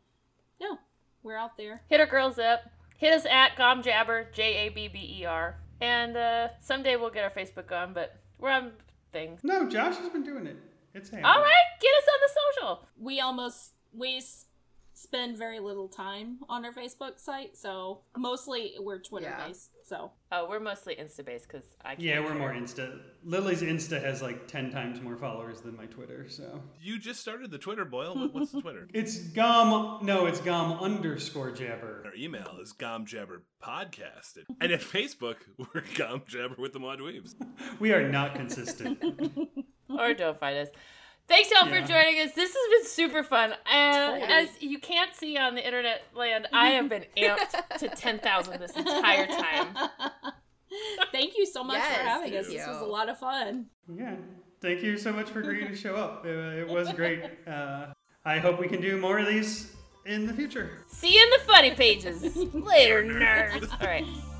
Speaker 3: No, we're out there.
Speaker 4: Hit our girls up. Hit us at Gomjabber, J A B B E R. And uh, someday we'll get our Facebook on, but we're on things.
Speaker 1: No, Josh has been doing it. It's happening.
Speaker 4: All right, get us on the social.
Speaker 3: We almost we s- spend very little time on our Facebook site, so mostly we're Twitter
Speaker 2: Yeah.
Speaker 3: based. So
Speaker 4: Oh, we're mostly Insta based because I can't.
Speaker 1: Yeah, we're more Insta. Lily's Insta has like 10 times more followers than my Twitter, so.
Speaker 5: You just started the Twitter, Boyle. What- What's the Twitter?
Speaker 1: It's gum. No, it's gum underscore jabber.
Speaker 5: Our email is gomjabberpodcast. And at Facebook, we're gomjabber with the Mod Weaves.
Speaker 1: We are not consistent.
Speaker 4: or don't find us. Thanks y'all
Speaker 1: Yeah.
Speaker 4: for joining us. This has been super fun. Uh,
Speaker 2: Totally.
Speaker 4: As you can't see on the internet land, I have been amped to ten thousand this entire time.
Speaker 3: Thank you so much
Speaker 2: Yes,
Speaker 3: for having
Speaker 2: thank
Speaker 3: us. This
Speaker 2: you.
Speaker 3: was a lot of fun.
Speaker 1: yeah. Thank you so much for agreeing to show up. It, it was great. Uh, I hope we can do more of these in the future.
Speaker 4: See you in the funny pages later, nerds. All right.